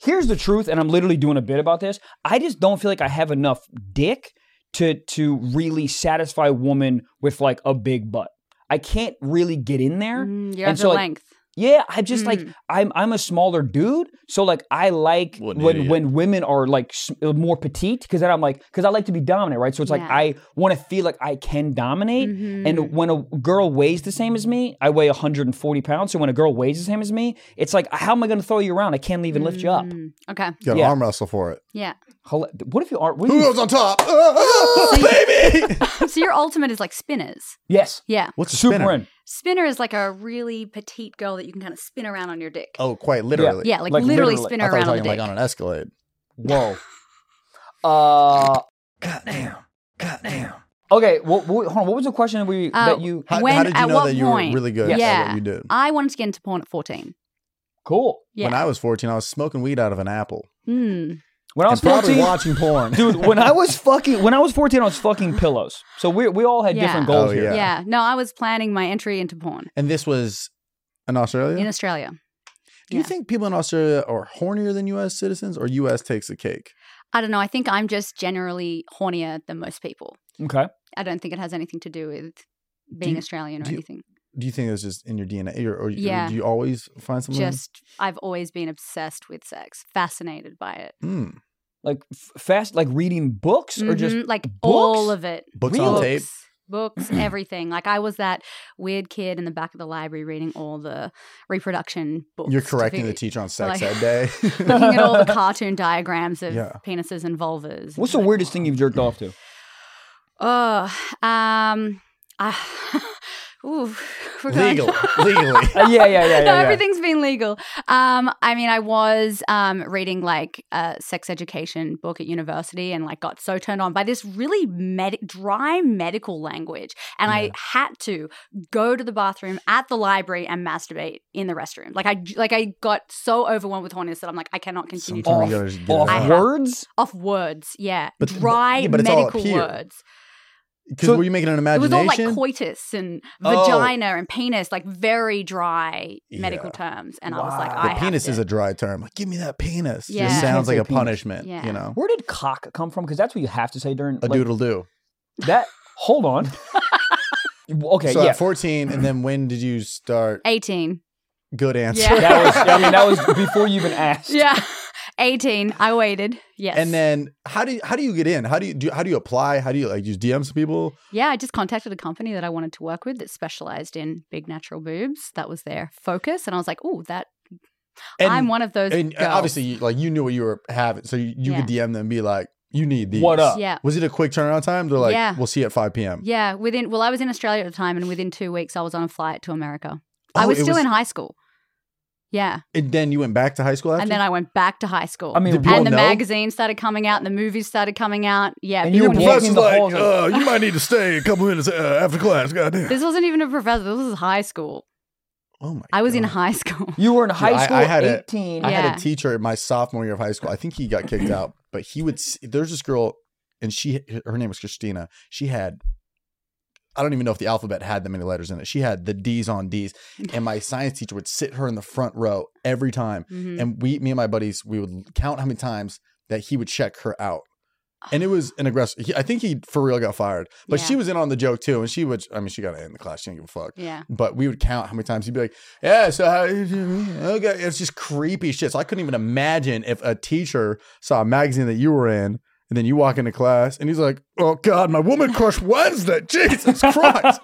S1: here's the truth, and I'm literally doing a bit about this. I just don't feel like I have enough dick to to really satisfy a woman with like a big butt. I can't really get in there.
S2: Mm, you're
S1: and
S2: after
S1: so, like,
S2: length.
S1: Yeah, I just like
S2: Mm.
S1: I'm I'm a smaller dude, so like I like
S3: What an
S1: when
S3: idiot.
S1: when women are like s- uh, more petite because then I'm like because I like to be dominant, right? So it's like
S2: Yeah.
S1: I want to feel like I can dominate.
S2: Mhm.
S1: And when a girl weighs the same as me, I weigh 140 pounds. So when a girl weighs the same as me, it's like how am I going to throw you around? I can't even lift you up.
S2: Mm, Okay,
S3: You got
S1: Yeah.
S3: an arm wrestle for it.
S2: yeah.
S1: Hol- What if you are? What if
S3: Who
S1: you-
S3: goes on top? Ah, baby.
S2: so your ultimate is like spinners.
S1: yes,
S2: Yeah,
S3: What's a
S1: super
S3: spinner?
S1: in.
S2: spinner is like a really petite girl that you can kind of spin around on your dick.
S3: Oh, quite literally.
S2: yeah, like,
S1: like
S2: literally,
S1: literally.
S2: spin
S3: I
S2: her
S3: thought you
S2: around on the
S3: were talking
S2: dick.
S3: like on an Escalade.
S1: Whoa. Uh,
S3: God damn. God damn.
S1: okay. What, what, hold on. What was the question we
S2: Uh,
S1: that you?
S3: How,
S2: When-
S3: how did you
S2: at
S3: know
S2: what
S3: that you
S2: point?
S3: were really good at
S2: Yeah.
S3: what you did?
S2: I wanted to get into porn at fourteen.
S1: Cool.
S2: Yeah.
S3: When I was 14, I was smoking weed out of an apple.
S2: Mm.
S1: When I was
S3: and probably
S1: 14,
S3: watching porn.
S1: dude. When I was fucking, when I was 14, I was fucking pillows. So we we all had
S2: Yeah.
S1: different goals
S3: Oh,
S1: here.
S3: Yeah.
S2: Yeah. No, I was planning my entry into porn
S3: and this was in Australia?
S2: in Australia.
S3: Do you
S2: yeah.
S3: think people in Australia are hornier than US citizens or US takes the cake?
S2: I don't know. I think I'm just generally hornier than most people.
S1: Okay.
S2: I don't think it has anything to do with being
S3: you-
S2: Australian or
S3: do you-
S2: anything.
S3: do you think that's just in your DNA, or, or you-
S2: Yeah.
S3: do you always find something?
S2: Just I've always been obsessed with sex, fascinated by it.
S3: Mm.
S1: Like f- fast, like reading books or just
S2: Mhm, like all
S1: books?
S2: of it.
S3: books
S1: Really?
S3: on tape.
S2: Books, books, everything. Like I was that weird kid in the back of the library reading all the reproduction books.
S3: You're
S2: to
S3: correcting the
S2: figure-
S3: teacher on sex
S2: like-
S3: that day.
S2: Mm-hmm. Looking at all the cartoon diagrams of
S3: Yeah.
S2: penises and vulvas.
S1: What's the weirdest thing you've jerked off to?
S2: Oh, um, I, ooh, we're going-
S3: Legal, legally.
S1: Uh, yeah, yeah, yeah, yeah.
S2: no,
S1: yeah.
S2: everything's been legal. Um, I mean, I was um, reading like a sex education book at university, and like got so turned on by this really med- dry medical language, and I had to go to the bathroom at the library and masturbate in the restroom. Like I, like I got so overwhelmed with horniness that I'm like, I cannot continue
S3: Sometimes
S2: to
S3: you
S2: read
S3: gotta just get it
S1: Off
S2: I
S3: out.
S2: have-
S1: words?
S2: off words. Yeah,
S3: But- but-
S2: dry
S3: yeah, but it's all up
S2: medical
S3: here.
S2: words.
S3: 'Cause
S1: So-
S3: were you making an
S2: It was all like
S3: imagination?
S2: coitus and
S3: Oh.
S2: vagina and penis, like very dry medical
S3: Yeah.
S2: terms. And I was like,
S1: Wow.
S2: I
S3: the
S2: have
S3: penis is
S2: to-
S3: a dry term. Like, give me that penis.
S2: Yeah.
S3: Just sounds like
S1: Can't say
S3: a
S1: penis.
S3: punishment.
S2: Yeah.
S3: You know,
S1: Where did cock come from? Because that's what you have to say during
S3: a
S1: like,
S3: doodle do.
S1: that. Hold on. okay,
S3: so
S1: yeah.
S3: at 14, and then when did you start?
S2: eighteen.
S3: Good answer.
S2: Yeah.
S1: that was. I mean, that was before you even asked.
S2: Yeah, eighteen. I waited. Yes.
S3: And then how do you, how do you get in? How do you do? How do you apply? How do you like just DM some people?
S2: yeah, I just contacted a company that I wanted to work with that specialized in big natural boobs. That was their focus, and I was like, oh, that
S3: And,
S2: I'm one of those.
S3: and uh,
S2: girls.
S3: obviously, you- like you knew what you were having, so you, you could DM them and be like, "You need these."
S1: What up?
S2: yeah.
S3: Was it a quick turnaround time? They're like,
S2: Yeah.
S3: "We'll see you at 5 p.m."
S2: Yeah, within well, I was in Australia at the time, and within two weeks, I was on a flight to America.
S3: Oh,
S2: I was
S3: it
S2: still in high school. Yeah,
S3: And then you went back to high school after.
S2: and then I went back to high school.
S1: I mean,
S3: Did
S1: wa-
S3: people
S2: and the
S3: know?
S2: magazine started coming out, and the movies started coming out. Yeah,
S1: And you
S2: people
S1: were
S2: knew.
S1: walking the halls like-
S3: uh, "You might need to stay a couple minutes uh, after class." Goddamn.
S2: this wasn't even a professor. This was high school.
S3: Oh my!
S2: I was in
S3: God.
S2: high school.
S1: you were in
S3: I-
S1: high
S3: I
S1: school.
S3: had a-
S1: eighteen.
S3: I had
S2: Yeah.
S3: a teacher in my sophomore year of high school. I think he got kicked out, but he would. s- There's this girl, and she her name was Christina. She had, I don't even know if the alphabet had that many letters in it. She had the D's on D's, and my science teacher would sit her in the front row every time,
S2: Mhm.
S3: and we, me and my buddies, we would count how many times that he would check her out. And it was an aggressive. He, I think he for real got fired, but
S2: Ah. Yeah.
S3: she was in on the joke too, and she would. I mean, she got in the class. She didn't give a fuck
S2: Yeah.
S3: but we would count how many times he'd be like, "Yeah, so how, okay." Oh, It's just creepy shit. So I couldn't even imagine if a teacher saw a magazine that you were in, and then you walk into class, and he's like, "Oh God, my woman crush Wednesday, Jesus Christ!"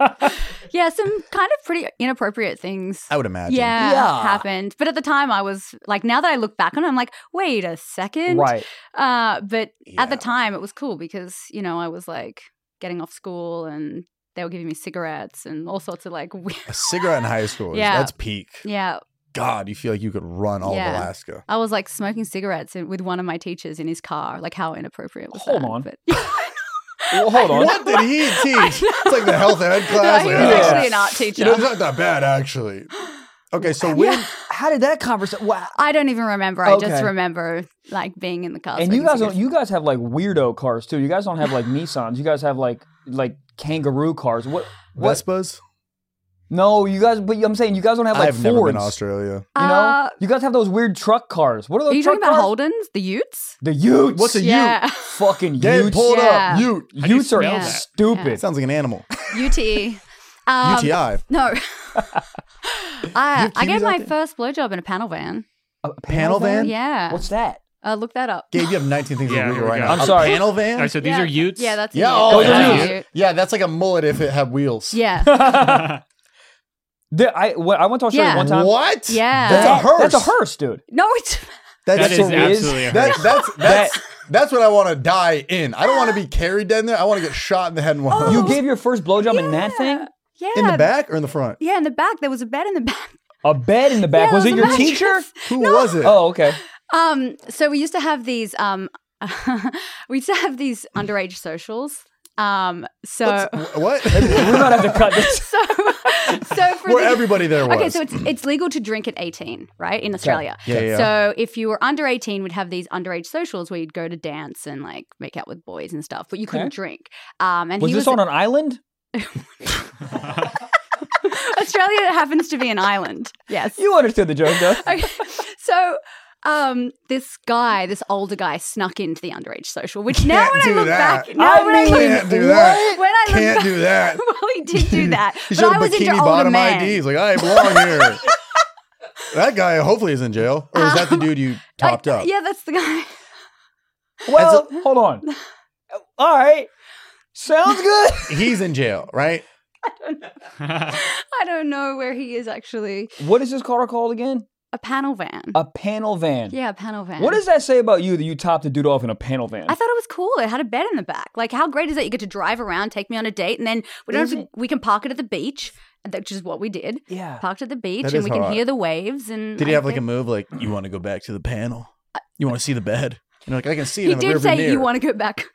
S2: Yeah, some kind of pretty inappropriate things.
S3: I would imagine.
S2: Yeah,
S1: Yeah.
S2: happened. But at the time, I was like, now that I look back on it, I'm like, wait a second.
S1: right.
S2: Uh, but at
S3: Yeah.
S2: the time, it was cool because, you know, I was like getting off school and they were giving me cigarettes and all sorts of like, weird-
S3: A cigarette in high school, is-
S2: Yeah.
S3: that's peak.
S2: yeah.
S3: God, you feel like you could run all
S2: Yeah.
S3: of Alaska.
S2: I was like smoking cigarettes in- with one of my teachers in his car. Like, how inappropriate was
S1: Hold
S2: that?
S1: on.
S2: But-
S1: Well, hold on.
S3: What did he teach? It's like the health ed
S2: No,
S3: class.
S2: he was
S3: like,
S1: Yeah.
S2: actually an art teacher.
S3: you know, it's not that bad actually. Okay, so when
S1: When? How did that conversation? Wow.
S2: I don't even remember. I
S1: Okay.
S2: just remember like being in the car.
S1: And
S2: smoking
S1: you guys, don't,
S2: cigarettes.
S1: you guys have like weirdo cars too. You guys don't have like Nissans. You guys have like like kangaroo cars. What? What?
S3: Vespas?
S1: No, you guys. But I'm saying you guys don't have like
S3: I've
S1: Fords.
S3: never been to Australia.
S1: You know,
S2: Uh,
S1: you guys have those weird truck cars. What are those?
S2: Are you
S1: truck
S2: talking about
S1: cars?
S2: Holden's, the Utes?
S1: The Utes.
S3: What's a
S2: yeah.
S1: fucking
S3: Get
S1: Utes?
S3: pulled
S2: Yeah.
S3: up. Ute.
S4: do you
S1: Utes are
S4: spell that?
S1: stupid.
S3: It sounds like an animal.
S2: UTE. Um,
S3: UTI.
S2: No. I,
S3: E. have
S2: I
S3: Kiwis
S2: gave
S3: out
S2: my
S3: there?
S2: first blowjob in a panel van.
S1: A
S3: Panel van?
S2: Yeah.
S1: What's that?
S2: Uh, look that up.
S3: Gabe, you have 19 things
S4: Yeah,
S3: to
S4: here
S3: Google
S4: we
S3: right
S4: go.
S3: now.
S1: I'm
S3: A
S1: sorry.
S3: panel van?
S4: All right, so these
S2: Yeah,
S4: are Utes.
S2: Yeah, that's a
S3: yeah,
S2: Ute.
S3: oh,
S1: Those are
S2: That's a
S1: Utes.
S2: Ute.
S3: yeah, that's like a mullet if it had wheels.
S2: Yeah.
S1: There- I when- I went to Australia
S2: Yeah.
S1: one time.
S3: What?
S2: Yeah.
S3: That's
S1: That-
S3: a hearse.
S1: That's a hearse, dude.
S2: No, it's
S3: That's
S4: that
S1: That's
S4: is
S1: what it is.
S4: absolutely a
S3: that,
S4: hearse.
S3: that's that's that's what I want to die in. I don't want to be carried down there. I want to get shot in the head and
S2: Oh,
S3: walk.
S1: You gave your first blowjob in that thing?
S2: yeah.
S3: in the back or in the front?
S2: Yeah, in the back. There was a bed in the back.
S1: A bed in the back.
S2: Yeah,
S1: was
S2: it
S1: it
S2: was
S1: your
S2: a mattress.
S1: teacher?
S3: Who was it?
S1: Oh, okay.
S2: Um, so we used to have these um we used to have these underage socials. Um so
S3: What's- what?
S1: We might have to cut this.
S2: so so for
S3: Where
S2: the-
S3: everybody there was.
S2: Okay, so it's it's legal to drink at 18, right? In Australia.
S3: Yeah, yeah.
S2: So if you were under 18, we'd have these underage socials where you'd go to dance and like make out with boys and stuff, but you couldn't
S1: Okay.
S2: drink. Um, and
S1: Was
S2: he
S1: this
S2: was
S1: on an island?
S2: Australia happens to be an island. Yes.
S1: You understood the joke, though.
S2: Okay. So um, this guy, this older guy, snuck into the underage social. Which now when I
S3: do
S2: look
S3: that.
S2: back, now
S1: I
S2: when I
S1: mean,
S2: look,
S3: Can't do that.
S2: when I look
S3: Can't
S2: back,
S3: do that.
S2: well, he did do that.
S3: He
S2: but
S3: showed
S2: I was into
S3: bikini
S2: older
S3: bottom
S2: men.
S3: IDs. Like I belong here. that guy hopefully is in jail, or is that the dude you
S2: I-
S3: topped up?
S2: Yeah, that's the guy.
S1: Well, hold on. All right. Sounds good.
S3: He's in jail, right?
S2: I don't know where he is actually.
S1: what is this car called again?
S2: A panel van.
S3: Uh,
S1: A panel van.
S2: yeah, a panel van.
S1: What does that say about you that you topped a dude off in a panel van?
S2: I thought it was cool. It had a bed in the back. Like, how great is that? You get to drive around, take me on a date, and then we don't have to, we can park it at the beach, and that- which is what we did.
S1: yeah.
S2: Parked at the beach,
S3: That
S2: and
S3: is
S2: we can
S3: hot.
S2: hear the waves. And
S3: Did he
S2: I
S3: have like a
S2: think-
S3: move like you want to go back to the panel? You want to see the bed? You know, like I can see it
S2: He
S3: in the
S2: did
S3: rearview
S2: say
S3: mirror.
S2: you want to go back.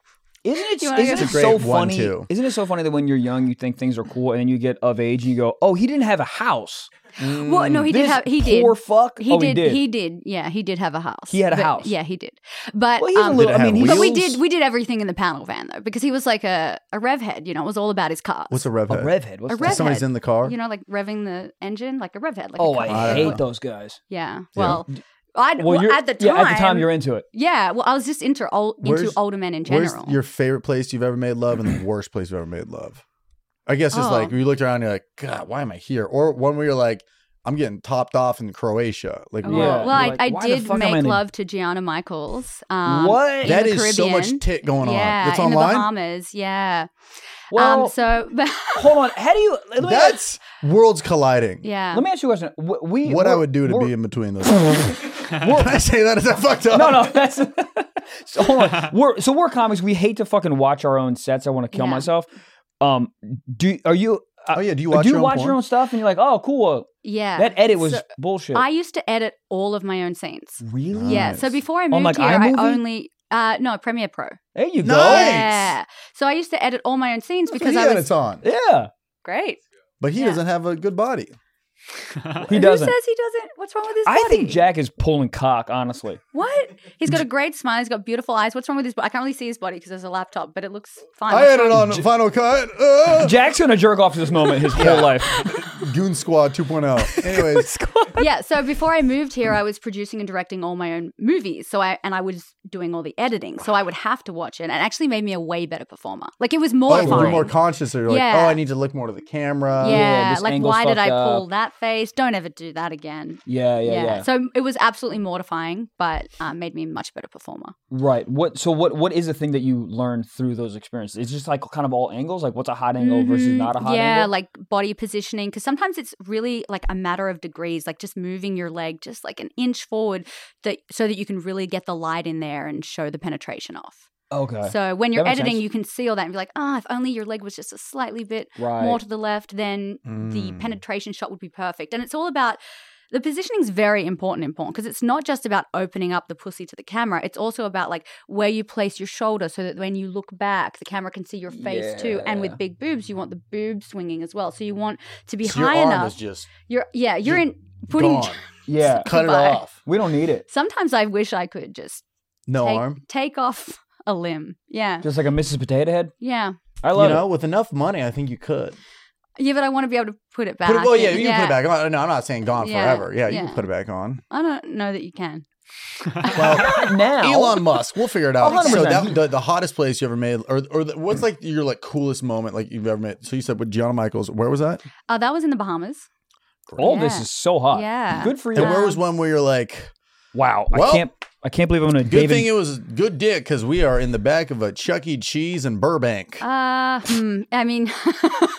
S1: Isn't it,
S2: You wanna
S1: isn't
S2: go-
S1: it
S3: It's a
S1: so
S3: great one,
S1: funny?
S3: too.
S1: Isn't it so funny that when you're young you think things are cool and then you get of age and you go, "Oh, he didn't have a house."
S2: Well, no, he did
S1: Mm, This
S2: have. He did.
S1: poor fuck.
S2: He
S1: oh,
S2: did,
S1: he did.
S2: Yeah, he did have a house.
S1: He had a
S2: But-
S1: house.
S2: Yeah, he did. But
S1: well, he's a
S2: um,
S1: little.
S3: Did it
S1: I mean,
S3: have
S1: he's
S2: but we
S3: wheels?
S2: did we did everything in the panel van though because he was like a a rev head. You know, it was all about his cars.
S3: What's a rev
S1: a
S3: head?
S1: redhead. What's
S2: A
S1: that?
S2: rev-
S3: Somebody's
S2: head.
S3: in the car.
S2: You know, like revving the engine, like a rev head. Like a
S1: Oh,
S2: car.
S1: I
S3: I
S1: hate
S3: don't know.
S1: those guys.
S2: Yeah.
S3: Yeah.
S2: Well, I well,
S1: you're,
S2: at the time.
S1: yeah, at the time you're into it.
S2: Yeah, well, I was just into old, into
S3: Where's-
S2: older men in
S3: Where's
S2: general.
S3: your favorite place you've ever made love and the worst place you've ever made love? I guess it's
S2: Oh.
S3: like you looked around and you're like, God, why am I here? Or one where you're like, I'm getting topped off in Croatia. Like,
S2: Oh,
S1: Yeah.
S2: Well, I,
S1: You're like,
S2: I
S1: why the
S2: did
S1: fuck am I
S2: make
S1: in-
S2: love to Gianna Michaels. Um,
S1: What?
S2: in
S3: that
S2: the
S3: is so much
S2: Caribbean.
S3: tit going on.
S2: Yeah,
S3: That's
S2: in the
S3: online.
S2: Bahamas. Yeah.
S1: Well,
S2: um. So,
S1: hold on. How do you? Let me, ask-
S3: That's worlds colliding.
S2: yeah.
S1: let me ask you a question. W- We
S3: What I
S1: we're-
S3: would do to
S1: we're-
S3: be in between those. Can I say that? Is that fucked up?
S1: No, no, that's. so hold on. We're so we're comics. We hate to fucking watch our own sets. I want to kill
S2: Yeah.
S1: myself. Um, do are you?
S3: Oh, yeah. Do you
S1: do
S3: watch,
S1: you
S3: your, own
S1: watch
S3: porn?
S1: your own stuff and you're like, oh, cool.
S2: yeah.
S1: That edit was
S2: So
S1: bullshit.
S2: I used to edit all of my own scenes.
S1: really?
S2: Yeah.
S3: Nice.
S2: So before I
S1: On,
S2: moved
S1: like,
S2: here,
S1: iMovie?
S2: I only uh no Premiere Pro.
S1: There you go.
S3: Nice.
S2: Yeah. So I used to edit all my own scenes
S3: That's what
S2: because
S3: he
S2: I
S3: had
S2: was
S3: it's on.
S1: Yeah.
S2: great.
S3: But he
S2: Yeah.
S3: doesn't have a good body.
S1: He
S2: Who
S1: doesn't.
S2: says he doesn't? What's wrong with his
S1: I
S2: body?
S1: think Jack is pulling cock, honestly.
S2: What? He's got a great smile. He's got beautiful eyes. What's wrong with his body? I can't really see his body because there's a laptop, but it looks fine.
S3: I
S2: What's
S3: had it
S2: wrong-
S3: on Final Cut. Uh,
S1: Jack's gonna jerk off to this moment his whole life.
S3: Goon Squad 2.0. Anyways,
S2: Yeah. So before I moved here, I was producing and directing all my own movies. So I and I was doing all the editing. So I would have to watch it, and it actually made me a way better performer. Like it was
S3: oh,
S2: mortifying.
S3: you're more conscious. Or you're like,
S2: Yeah.
S3: oh, I need to look more to the camera.
S1: Oh, yeah,
S2: yeah,
S1: this
S2: like
S1: angle's
S2: why did I
S1: fucked
S2: pull that face? Don't ever do that again.
S1: Yeah, yeah, yeah.
S2: So it was absolutely mortifying, but uh, made me a much better performer.
S1: Right. What? So what? What is the thing that you learn through those experiences? It's just like kind of all angles. Like what's a hot angle versus
S2: Mhm.
S1: not a hot
S2: yeah,
S1: angle.
S2: like body positioning. Because sometimes it's really like a matter of degrees, like just moving your leg just like an inch forward that, so that you can really get the light in there and show the penetration off.
S1: okay.
S2: So when you're
S1: That makes
S2: editing,
S1: sense.
S2: you can see all that and be like, ah, if only your leg was just a slightly bit
S1: right.
S2: more to the left, then the
S3: Mm.
S2: penetration shot would be perfect. And it's all about the positioning is very important important because it's not just about opening up the pussy to the camera. It's also about like where you place your shoulder so that when you look back, the camera can see your face too. And
S1: Yeah.
S2: with big boobs, you want the boob swinging as well. So you want to be
S3: So
S2: high
S3: your arm
S2: enough.
S3: is just
S2: you're yeah, you're in putting.
S3: gone.
S1: yeah.
S3: Cut it
S2: Goodbye.
S3: off.
S1: We don't need it.
S2: Sometimes I wish I could just
S3: No
S2: take,
S3: arm.
S2: take off a limb. Yeah,
S1: Just like a Mrs. Potato Head.
S2: yeah,
S1: I
S3: You
S1: love
S3: know, with enough money, I think you could.
S2: yeah. But I want to be able to put it back.
S3: Put it, well, yeah,
S2: in.
S3: you can put it back on. No, I'm not saying gone
S2: Yeah.
S3: forever. Yeah, you
S2: Yeah.
S3: can put it back on.
S2: I don't know that you can.
S3: Well,
S1: it. Now.
S3: uh, Elon Musk, we'll figure it out. So
S1: 100%.
S3: that the, the hottest place you ever made, or or the, what's like your like coolest moment like you've ever made? So you said with Gianna Michaels, where was that?
S2: Oh, that was in the Bahamas.
S1: All this
S2: Yeah.
S1: is so hot.
S2: Yeah.
S1: Good for you.
S3: And where was one where you're like,
S1: Wow. I
S3: Well-
S1: can't. I can't believe I'm gonna
S3: good
S1: David.
S3: thing it was good dick because we are in the back of a Chuck E. Cheese in Burbank.
S2: Uh, hmm, I mean,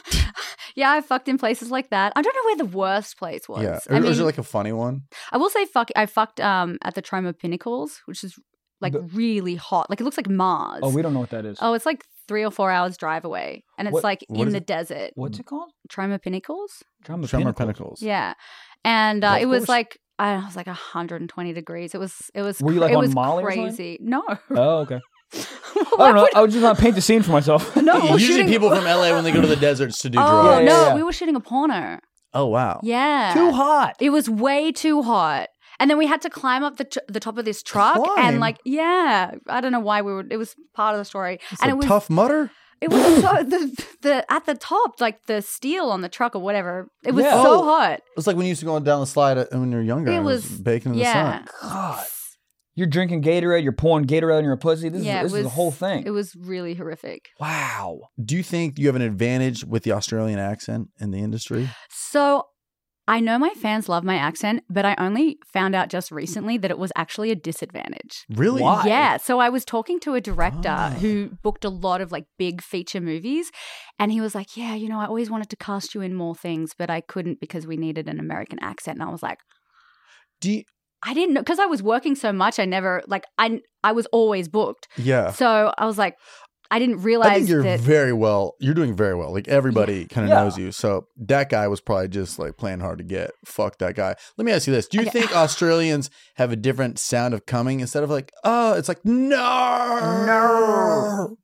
S2: yeah, I fucked in places like that. I don't know where the worst place was.
S3: yeah,
S2: I
S3: or, or is
S2: mean,
S3: there like a funny one?
S2: I will say, fuck, I fucked um at the Troma Pinnacles, which is like
S1: But-
S2: really hot. Like it looks like Mars.
S1: oh, we don't know what that is.
S2: Oh, it's like three or four hours drive away, and it's
S1: What-
S2: like
S3: what
S2: in
S3: is
S2: the
S3: it?
S2: desert.
S1: What's it called?
S2: Troma Pinnacles.
S1: Drama
S3: Tremor
S1: Pinnacle.
S3: Pentacles.
S2: Yeah, and uh,
S3: Golf
S2: it was
S3: course?
S2: like I was like 120 degrees. It was it was
S1: Were you,
S2: cr-
S1: like,
S2: it
S1: on
S2: was
S1: Molly or something?
S2: crazy? No,
S1: Oh, okay. I
S2: Why
S1: don't know.
S2: would-
S1: I was just want to paint the scene for myself.
S2: no, we were
S3: Usually
S2: Oh, shooting-
S3: people from LA when they go to the deserts to do
S2: Oh
S1: Yeah,
S3: drugs.
S1: yeah,
S2: no,
S1: yeah.
S2: we were shooting a porno.
S3: Oh wow.
S2: Yeah,
S1: Too hot.
S2: It was way too hot. And then we had to climb up the, tr- the top of this truck
S3: Climb?
S2: and like yeah, I don't know why we were. It was part of the story,
S3: It's
S2: and
S3: a
S2: it was
S3: tough mutter.
S2: it was so the the at the top like the steel on the truck or whatever. It was
S1: Yeah.
S2: so
S3: Oh.
S2: hot.
S3: It's like when you used to go down the slide uh, when you were younger.
S2: It
S3: and
S2: was-
S3: baking in
S2: yeah,
S3: the sun.
S1: God. You're drinking Gatorade, you're pouring Gatorade in your pussy. This,
S2: yeah,
S1: is, this
S2: it was
S1: is the whole thing.
S2: It was really horrific.
S1: wow.
S3: Do you think you have an advantage with the Australian accent in the industry?
S2: So I know my fans love my accent, but I only found out just recently that it was actually a disadvantage.
S3: Really?
S1: Why?
S2: Yeah. So I was talking to a director
S3: Ah.
S2: who booked a lot of like big feature movies, and he was like, Yeah, you know, I always wanted to cast you in more things, but I couldn't because we needed an American accent. And I was like,
S3: Do you,
S2: I didn't know because I was working so much. I never like I I was always booked,
S3: yeah.
S2: so I was like, I didn't realize
S3: I think you're
S2: that.
S3: very well. You're doing very well. Like everybody kind of
S1: Yeah.
S3: knows you. So that guy was probably just like playing hard to get. Fuck that guy. Let me ask you this: Do you
S2: Okay.
S3: think Australians have a different sound of coming instead of like oh, it's like no, no?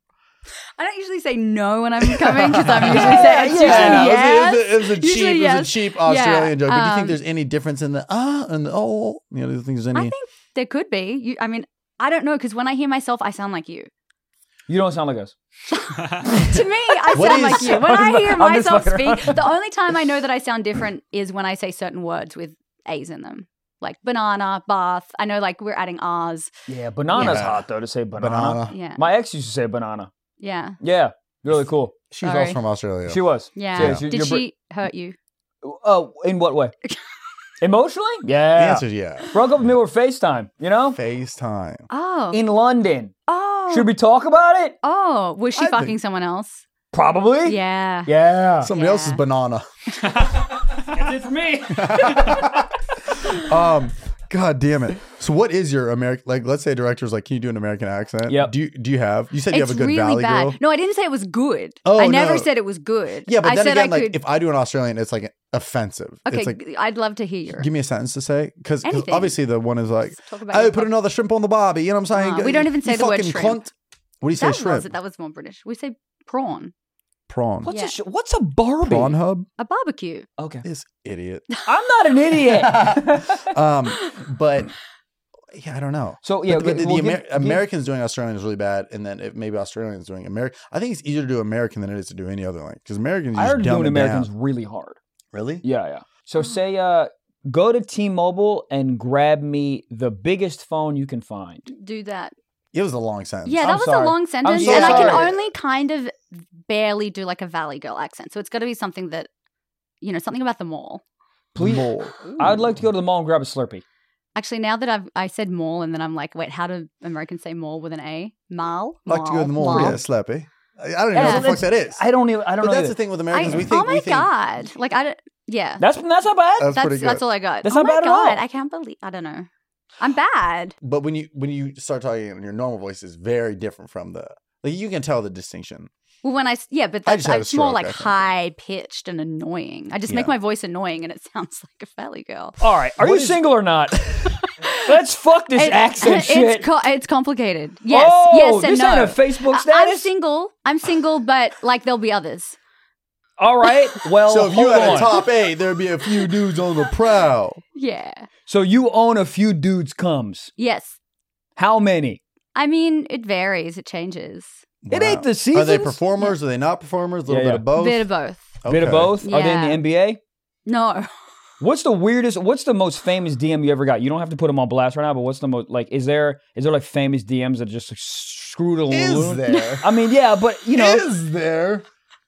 S2: I don't usually say no when I'm coming because I'm usually saying it's
S3: Yeah,
S2: usually yes.
S3: it was a- it was a, it was a
S2: Usually
S3: cheap, it
S2: yes.
S3: was a cheap Australian joke. But do you think
S2: um,
S3: there's any difference in the ah and the oh? You know, do you think there's
S2: I
S3: any?
S2: think there could be. You, I mean, I don't know because when I hear myself, I sound like you.
S1: You don't sound like us.
S2: to me, I
S3: What
S2: sound
S3: is-
S2: like you.
S1: I'm
S2: When I
S1: just
S2: hear
S1: fucking- I'm just
S2: myself
S1: fucking
S2: speak,
S1: around.
S2: the only time I know that I sound different is when I say certain words with A's in them, like banana, bath. I know, like we're adding R's.
S1: Yeah, banana's
S3: Yeah.
S1: hot though to say banana.
S3: banana.
S2: Yeah,
S1: My ex used to say banana.
S2: yeah,
S1: Yeah, really cool.
S3: She's also
S2: Sorry.
S3: from Australia.
S1: She was.
S2: yeah.
S1: Yeah, you-
S2: Did
S1: you're br-
S2: she hurt you?
S1: Oh, in what way? Emotionally?
S3: the
S1: Yeah.
S3: answer's yeah.
S1: Broke up with me over FaceTime, you know?
S3: FaceTime.
S2: Oh,
S1: In London.
S2: oh,
S1: Should we talk about it?
S2: oh. Was she
S3: I
S2: fucking
S3: think-
S2: someone else?
S1: Probably.
S2: Yeah.
S1: Yeah.
S3: Somebody
S2: Yeah.
S3: else's banana.
S4: That's it for me.
S3: um god damn it so what is your american like let's say a director's like can you do an american accent
S1: Yep.
S3: do you do you have you said you
S2: It's
S3: have a good
S2: really
S3: valley
S2: bad.
S3: girl
S2: No, I didn't say it was good.
S3: Oh,
S2: I never
S3: no.
S2: said it was good.
S3: yeah but
S2: I
S3: then
S2: said
S3: again
S2: I
S3: like
S2: could.
S3: if i do an australian it's like offensive
S2: okay,
S3: it's like
S2: g- I'd love to hear your.
S3: give me a sentence to say because
S2: Anything.
S3: obviously the one is like
S2: Let's talk about.
S3: oh
S2: your
S3: put
S2: pop-
S3: another shrimp on the barbie you know what i'm saying
S2: Uh, we don't even say
S3: You
S2: the word
S3: fucking
S2: shrimp.
S3: cunt. what do you say
S2: that
S3: shrimp
S2: Was, that was more British. We say prawn,
S3: prawn
S1: What's
S2: Yeah.
S1: a sh- what's a Barbie?
S3: prawn hub
S2: a barbecue.
S1: Okay.
S3: this idiot
S1: I'm not an idiot.
S3: um but yeah i don't know
S1: so yeah,
S3: But the,
S1: okay,
S3: the,
S1: well,
S3: the
S1: give-
S3: Amer-
S1: give-
S3: Americans doing Australian is really bad, and then it, maybe Australians doing American. I think it's easier to do American than it is to do any other language because Americans
S1: I
S3: just
S1: heard
S3: dumb
S1: doing
S3: it
S1: Americans
S3: down.
S1: really hard.
S3: Really?
S1: Yeah, yeah. So
S2: Mm-hmm.
S1: say uh go to T-Mobile and grab me the biggest phone you can find.
S2: Do that.
S3: It was a long sentence.
S2: Yeah, that
S1: I'm
S2: was
S1: sorry.
S2: a long sentence,
S1: so
S2: and I can
S1: sorry.
S2: only kind of barely do like a Valley Girl accent. So it's got to be something that, you know, something about the mall.
S1: Please.
S3: More.
S1: I would like to go to the mall and grab a Slurpee.
S2: Actually, now that I've I said mall, and then I'm like, wait, how do Americans say mall with an A? Mall.
S3: like to go to the mall.
S2: mall.
S3: Yeah, slappy. I, I don't even know
S2: Yeah.
S3: what the fuck that is.
S1: I don't even I don't
S3: but
S1: know.
S3: that's
S1: either.
S3: the thing with
S2: I,
S3: Americans. we think.
S2: oh my
S3: we think,
S2: god! Like I don't. Yeah.
S1: That's that's not bad.
S3: That's,
S2: That's
S3: pretty good.
S2: that's all I got.
S1: That's
S2: oh
S1: not
S2: my
S1: bad at all.
S2: god, I can't believe I don't know. I'm bad.
S3: but when you when you start talking in your normal voice, is very different from the. Like you can tell the distinction.
S2: Well, when I s- yeah, but
S3: I
S2: that's
S3: just had a
S2: it's more
S3: stroke,
S2: like
S3: I think.
S2: high pitched and annoying. I just make
S3: Yeah.
S2: my voice annoying, and it sounds like a valley girl.
S1: All right. Are
S3: What
S1: you
S3: is-
S1: single or not? Let's fuck this
S2: It-
S1: accent
S2: it's
S1: shit.
S2: co- it's complicated. Yes,
S1: oh,
S2: yes, and
S1: this
S2: no.
S1: ain't a Facebook
S2: I- I'm
S1: status.
S2: single. I'm single, but like there'll be others.
S1: All right. Well,
S3: so if you
S1: Oh, hold
S3: had
S1: on.
S3: a top eight, there'd be a few dudes on the prowl.
S2: Yeah.
S1: so you own a few dudes comes.
S2: Yes.
S1: How many?
S2: I mean, it varies. It changes.
S1: It ain't the
S3: Are
S1: seasons.
S3: they performers? Are they not performers? A little
S1: Yeah, yeah.
S3: bit of both.
S2: Bit of both.
S1: Bit of
S3: Okay.
S1: both. Are
S2: Yeah.
S1: they in the NBA?
S2: No.
S1: What's the weirdest? What's the most famous DM you ever got? You don't have to put them on blast right now, but what's the most like? Is there is there like famous DMs that just like, screwed a
S3: Is
S1: loon?
S3: there?
S1: I mean, yeah, but you know,
S3: is there?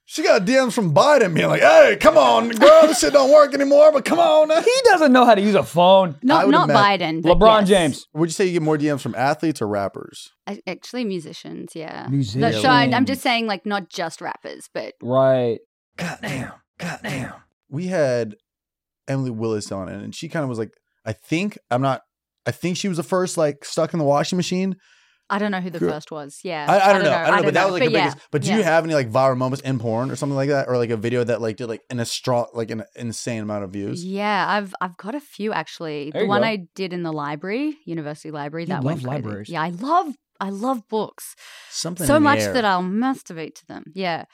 S3: She got DMs from Biden being like, "Hey, come on, girl, this shit don't work anymore." But come on,
S1: he doesn't know how to use a phone.
S2: Not
S3: would
S2: not Biden. But
S1: LeBron
S2: yes.
S1: James.
S3: would you say you get more DMs from athletes or rappers?
S2: I, actually, musicians. Yeah.
S1: Musicians.
S2: So I, I'm just saying, like, not just rappers, but
S1: Right.
S3: God damn, God damn. We had Emily Willis on, and and she kind of was like, "I think I'm not." I think she was the first like stuck in the washing machine.
S2: I don't know who the
S3: Girl.
S2: first was. Yeah.
S3: I, I, don't know. I don't know, but that was like
S2: But
S3: the
S2: yeah.
S3: biggest. But do you
S2: yeah.
S3: have any like viral moments in porn or something like that, or like a video that like did like an astro like an insane amount of views?
S2: Yeah, I've I've got a few actually.
S1: There
S2: the
S1: you
S2: one
S1: go.
S2: I did in the library, university library,
S1: You love
S2: that went crazy.
S1: libraries.
S2: Yeah, I love I love books
S3: Something
S2: so
S3: in the
S2: much
S3: air.
S2: that I'll masturbate to them. Yeah,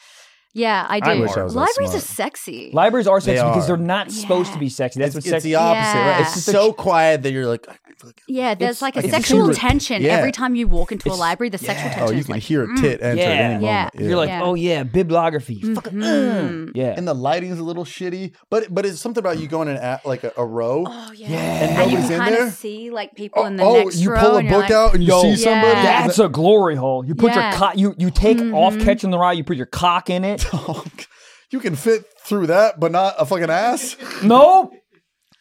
S2: Yeah, I do.
S5: I wish I was that
S2: Libraries are
S5: smart.
S2: sexy.
S1: Libraries are sexy
S3: They
S1: because
S3: are.
S1: they're not supposed to be sexy. That's what
S3: It's, it's
S1: sexy.
S3: the opposite, right?
S2: Yeah.
S3: It's so quiet that you're like, I can fucking-
S2: yeah, there's
S1: it's
S2: like a
S1: like a
S2: sexual
S3: secret-
S2: tension
S3: Yeah.
S2: every time you walk into a library. The sexual
S3: oh,
S2: tension
S3: you
S2: is
S3: can
S2: like,
S3: hear a tit enter at any moment.
S2: Yeah.
S1: You're like,
S2: Yeah.
S1: oh yeah, bibliography.
S2: mm-hmm.
S1: Fuck,
S2: mm.
S1: yeah.
S3: and the lighting's a little shitty, but but it's something about you going in at like a, a row.
S2: oh yeah.
S1: Yeah.
S2: And you
S3: Nobody's
S2: can
S3: in
S2: kind
S3: there?
S2: of see like people in the
S3: oh,
S2: next
S3: you
S2: row.
S3: pull a
S2: and you're
S3: book
S2: like,
S3: out and you
S1: Yo,
S3: see somebody.
S2: Yeah.
S1: That's a glory hole. You put
S2: Yeah.
S1: your cock. You you take off
S2: Mhm.
S1: catching the rye. You put your cock in it.
S3: Oh, you can fit through that, but not a fucking ass.
S1: no.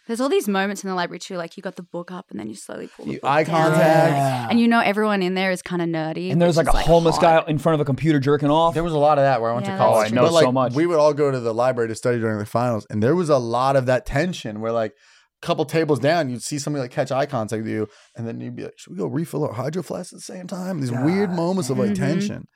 S2: There's all these moments in the library too, like you got the book up and then you slowly pull the
S3: You ah.
S2: book
S3: eye
S2: down.
S3: contact.
S2: and you know everyone in there is kind of nerdy.
S1: And there's
S2: which
S1: like a
S2: is,
S1: homeless
S2: hot.
S1: guy in front of a computer jerking off.
S3: There was a lot of that where I went
S2: Yeah,
S3: to
S2: that's
S3: college.
S2: I know
S3: but, like,
S1: so much.
S3: We would all go to the library to study during the finals, and there was a lot of that tension where like a couple tables down, you'd see somebody like catch eye contact with you, and then you'd be like, "Should we go refill our hydro flasks at the same time?" These weird moments of like
S2: Mhm.
S3: tension.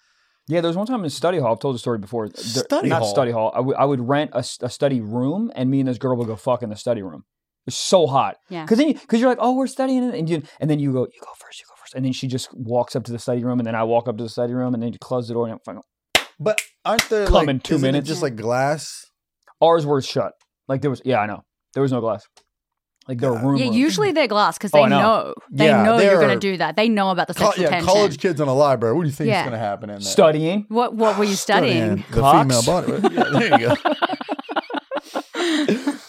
S1: Yeah, there was one time in study hall. I've told the story before. There-
S3: Study
S1: not
S3: hall?
S1: study hall. I would- I would rent a, s- a study room, and me and this girl would go fuck in the study room. It's so hot.
S2: Yeah.
S1: Because then, you, cause you're like, oh, we're studying, it," and you, and then you go, you go first, you go first, and then she just walks up to the study room, and then I walk up to the study room, and then you close the door, and I'm fucking.
S3: But aren't there
S1: Come
S3: like
S1: in two
S3: isn't it
S1: minutes.
S3: just like glass?
S1: Ours were shut. Like there was, yeah, I know. There was no glass. Like there were room.
S2: Yeah,
S1: room.
S2: usually they're glass because
S1: Oh,
S2: they
S1: I know.
S2: know. They
S3: Yeah,
S2: know you're going
S3: they're-
S2: to do that. They know about the
S3: Co-
S2: sexual
S3: yeah,
S2: tension.
S3: college kids in a library. What do you think is
S2: Yeah.
S3: going to happen in there?
S1: studying.
S2: What What were you studying?
S3: the
S1: Cocks?
S3: female body. Yeah, there you go.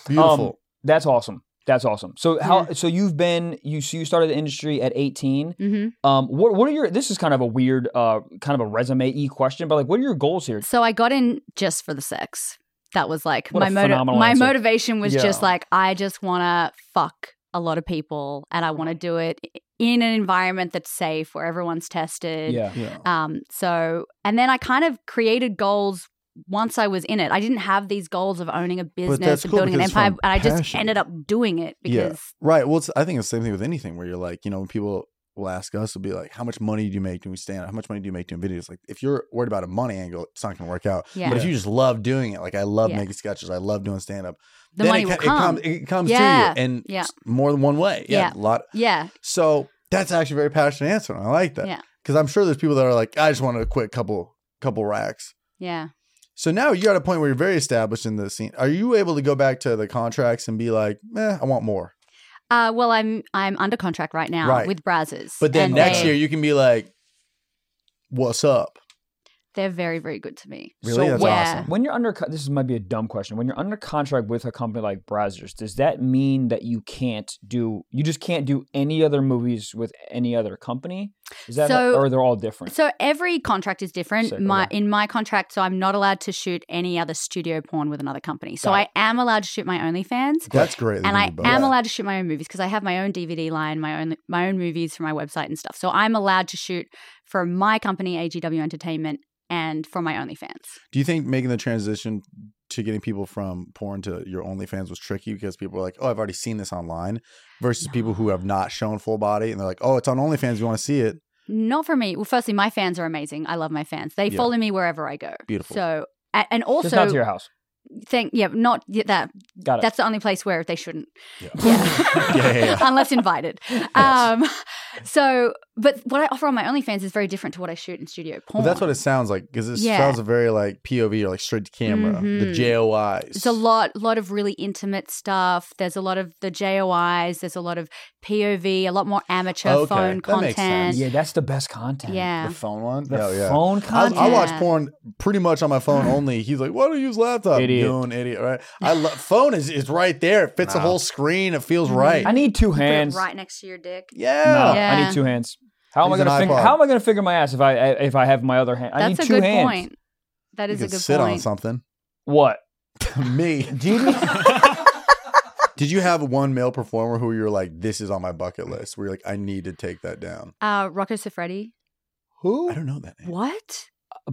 S3: Beautiful.
S1: Um, that's awesome. That's awesome. So how? So you've been you. So you started the industry at 18.
S2: hmm
S1: Um, what what are your? This is kind of a weird, uh, kind of a resume e question, but like, what are your goals here?
S2: So I got in just for the sex. That was like
S1: What a
S2: my motive.
S1: phenomenal
S2: My
S1: answer.
S2: motivation was
S3: Yeah.
S2: just like I just want to fuck a lot of people, and I want to do it in an environment that's safe where everyone's tested.
S1: Yeah.
S3: yeah.
S2: Um, so, and then I kind of created goals once I was in it. I didn't have these goals of owning a business
S3: that's
S2: and
S3: cool
S2: building an
S3: because it's
S2: empire, and
S3: from
S2: I just
S3: passion.
S2: ended up doing it
S3: Yeah.
S2: because
S3: Right. Well, it's, I think it's the same thing with anything where you're like, you know, when people will ask us, will be like, how much money do you make doing stand up? How much money do you make doing videos? Like, if you're worried about a money angle, it's not going to work out.
S2: yeah,
S3: But if you just love doing it, like I love
S2: Yeah.
S3: making sketches, I love doing stand up,
S2: the money
S3: it,
S2: will
S3: co-
S2: come.
S3: It comes, it comes
S2: Yeah.
S3: to you and
S2: Yeah.
S3: s- more than one way. Yeah.
S2: Yeah.
S3: A lot.
S2: yeah,
S3: So that's actually a very passionate answer. And I like that.
S2: Yeah.
S3: Because I'm sure there's people that are like, I just wanted to quit a couple, couple racks.
S2: yeah.
S3: So now you're at a point where you're very established in the scene. Are you able to go back to the contracts and be like, eh, I want more?
S2: Uh, well, I'm I'm under contract right now
S3: Right.
S2: with Brazzers,
S3: But then
S2: and
S3: next
S2: they,
S3: year you can be like, what's up?
S2: they're very very good to me.
S3: Really? That's
S1: when,
S2: Yeah.
S3: awesome.
S1: When you're under, co- this might be a dumb question. When you're under contract with a company like Brazzers, does that mean that you can't do, you just can't do any other movies with any other company? Is that,
S2: So-
S1: or they're all different?
S2: So every contract is different.
S1: Sick,
S2: my
S1: okay.
S2: in my contract, so I'm not allowed to shoot any other studio porn with another company. So
S1: Got
S2: I am allowed to shoot my OnlyFans.
S3: That's great. that
S2: and
S3: you
S2: I
S3: do both.
S2: am allowed to shoot my own movies because I have my own DVD line, my own my own movies for my website and stuff. So I'm allowed to shoot for my company, AGW Entertainment, and for my OnlyFans.
S3: Do you think making the transition to getting people from porn to your OnlyFans was tricky because people were like, oh, I've already seen this online versus people who have not shown full body and they're like, oh, it's on OnlyFans. You want to see it?
S2: Not for me. Well, firstly, my fans are amazing. I love my fans. They
S3: Yeah.
S2: follow me wherever I go.
S3: Beautiful.
S2: So a- and
S1: just not to your
S2: also
S1: house.
S2: thank yeah, not y- that.
S1: Got it.
S2: That's the only place where they shouldn't.
S3: Yeah.
S2: Yeah.
S3: Yeah, yeah, yeah.
S2: Unless invited. Um, so, but what I offer on my OnlyFans is very different to what I shoot in studio porn.
S3: Well, that's what it sounds like because it
S2: Yeah.
S3: sounds very like POV or like straight to camera,
S2: Mhm.
S3: the JOIs.
S2: It's a lot, lot of really intimate stuff. There's a lot of the JOIs. There's a lot of POV. A lot more amateur
S3: Okay,
S2: phone
S3: that makes
S2: content.
S3: sense.
S1: yeah, that's the best content.
S2: Yeah.
S3: The phone one?
S1: The
S3: Oh, yeah.
S1: phone
S3: I,
S1: content.
S3: I watch
S2: Yeah.
S3: porn pretty much on my phone only. He's like, "Why do you use laptop?"
S1: Idiot.
S3: You an idiot, right? I lo- phone is is right there. It fits the
S5: No.
S3: whole screen. It feels
S2: Mhm.
S3: right.
S1: I need two
S2: Put it
S1: hands.
S2: right next to your dick.
S1: No,
S3: yeah.
S2: Yeah.
S1: I need two hands. How am I
S3: Use an
S1: gonna figure?
S3: iPod.
S1: How am I gonna figure my ass if I if I have my other hand? I
S2: That's
S1: need
S2: a
S1: two
S2: good
S1: hands.
S2: point. That
S3: You
S2: is
S3: can
S2: a good
S3: sit on
S2: point.
S3: something.
S1: What?
S3: Me.
S1: Do you need-
S3: Did you have one male performer who you're like, "This is on my bucket list"? Where you're like, "I need to take that down."
S2: Uh, Rocco Siffredi.
S3: I
S1: Who?
S3: don't know that name.
S2: What?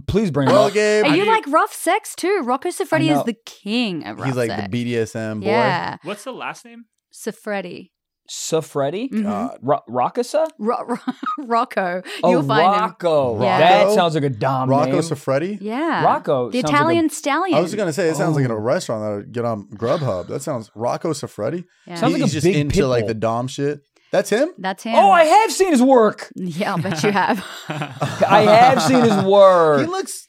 S1: Please bring him
S3: Well,
S1: up.
S3: Gabe,
S2: Are you like rough sex too? Rocco Siffredi
S1: know.
S2: is the king of rough
S3: he's like
S2: sex.
S3: the BDSM boy.
S2: Yeah,
S4: What's the last name?
S2: Siffredi.
S1: Safredi?
S2: Mhm.
S3: God.
S1: Ro- Rockasa?
S2: Ro- ro- Rocco.
S1: Oh,
S2: You'll find him.
S1: Rocco.
S2: Yeah.
S1: That
S3: Rocco?
S1: sounds like a dom
S3: Rocco
S1: name.
S3: Siffredi.
S2: Yeah.
S1: Rocco.
S2: The
S1: sounds like a-
S2: Italian stallion.
S3: I was gonna say it sounds like in
S1: Oh.
S3: a restaurant that I would get on Grubhub. That sounds Rocco Siffredi.
S2: Yeah.
S1: Sounds like
S3: he's
S1: a
S3: just
S1: big
S3: into
S1: pit
S3: like
S1: bull.
S3: the dom shit. That's him.
S2: That's him.
S1: oh, I have seen his work.
S2: Yeah, I bet you have.
S1: I have seen his
S3: He
S1: work.
S3: looks.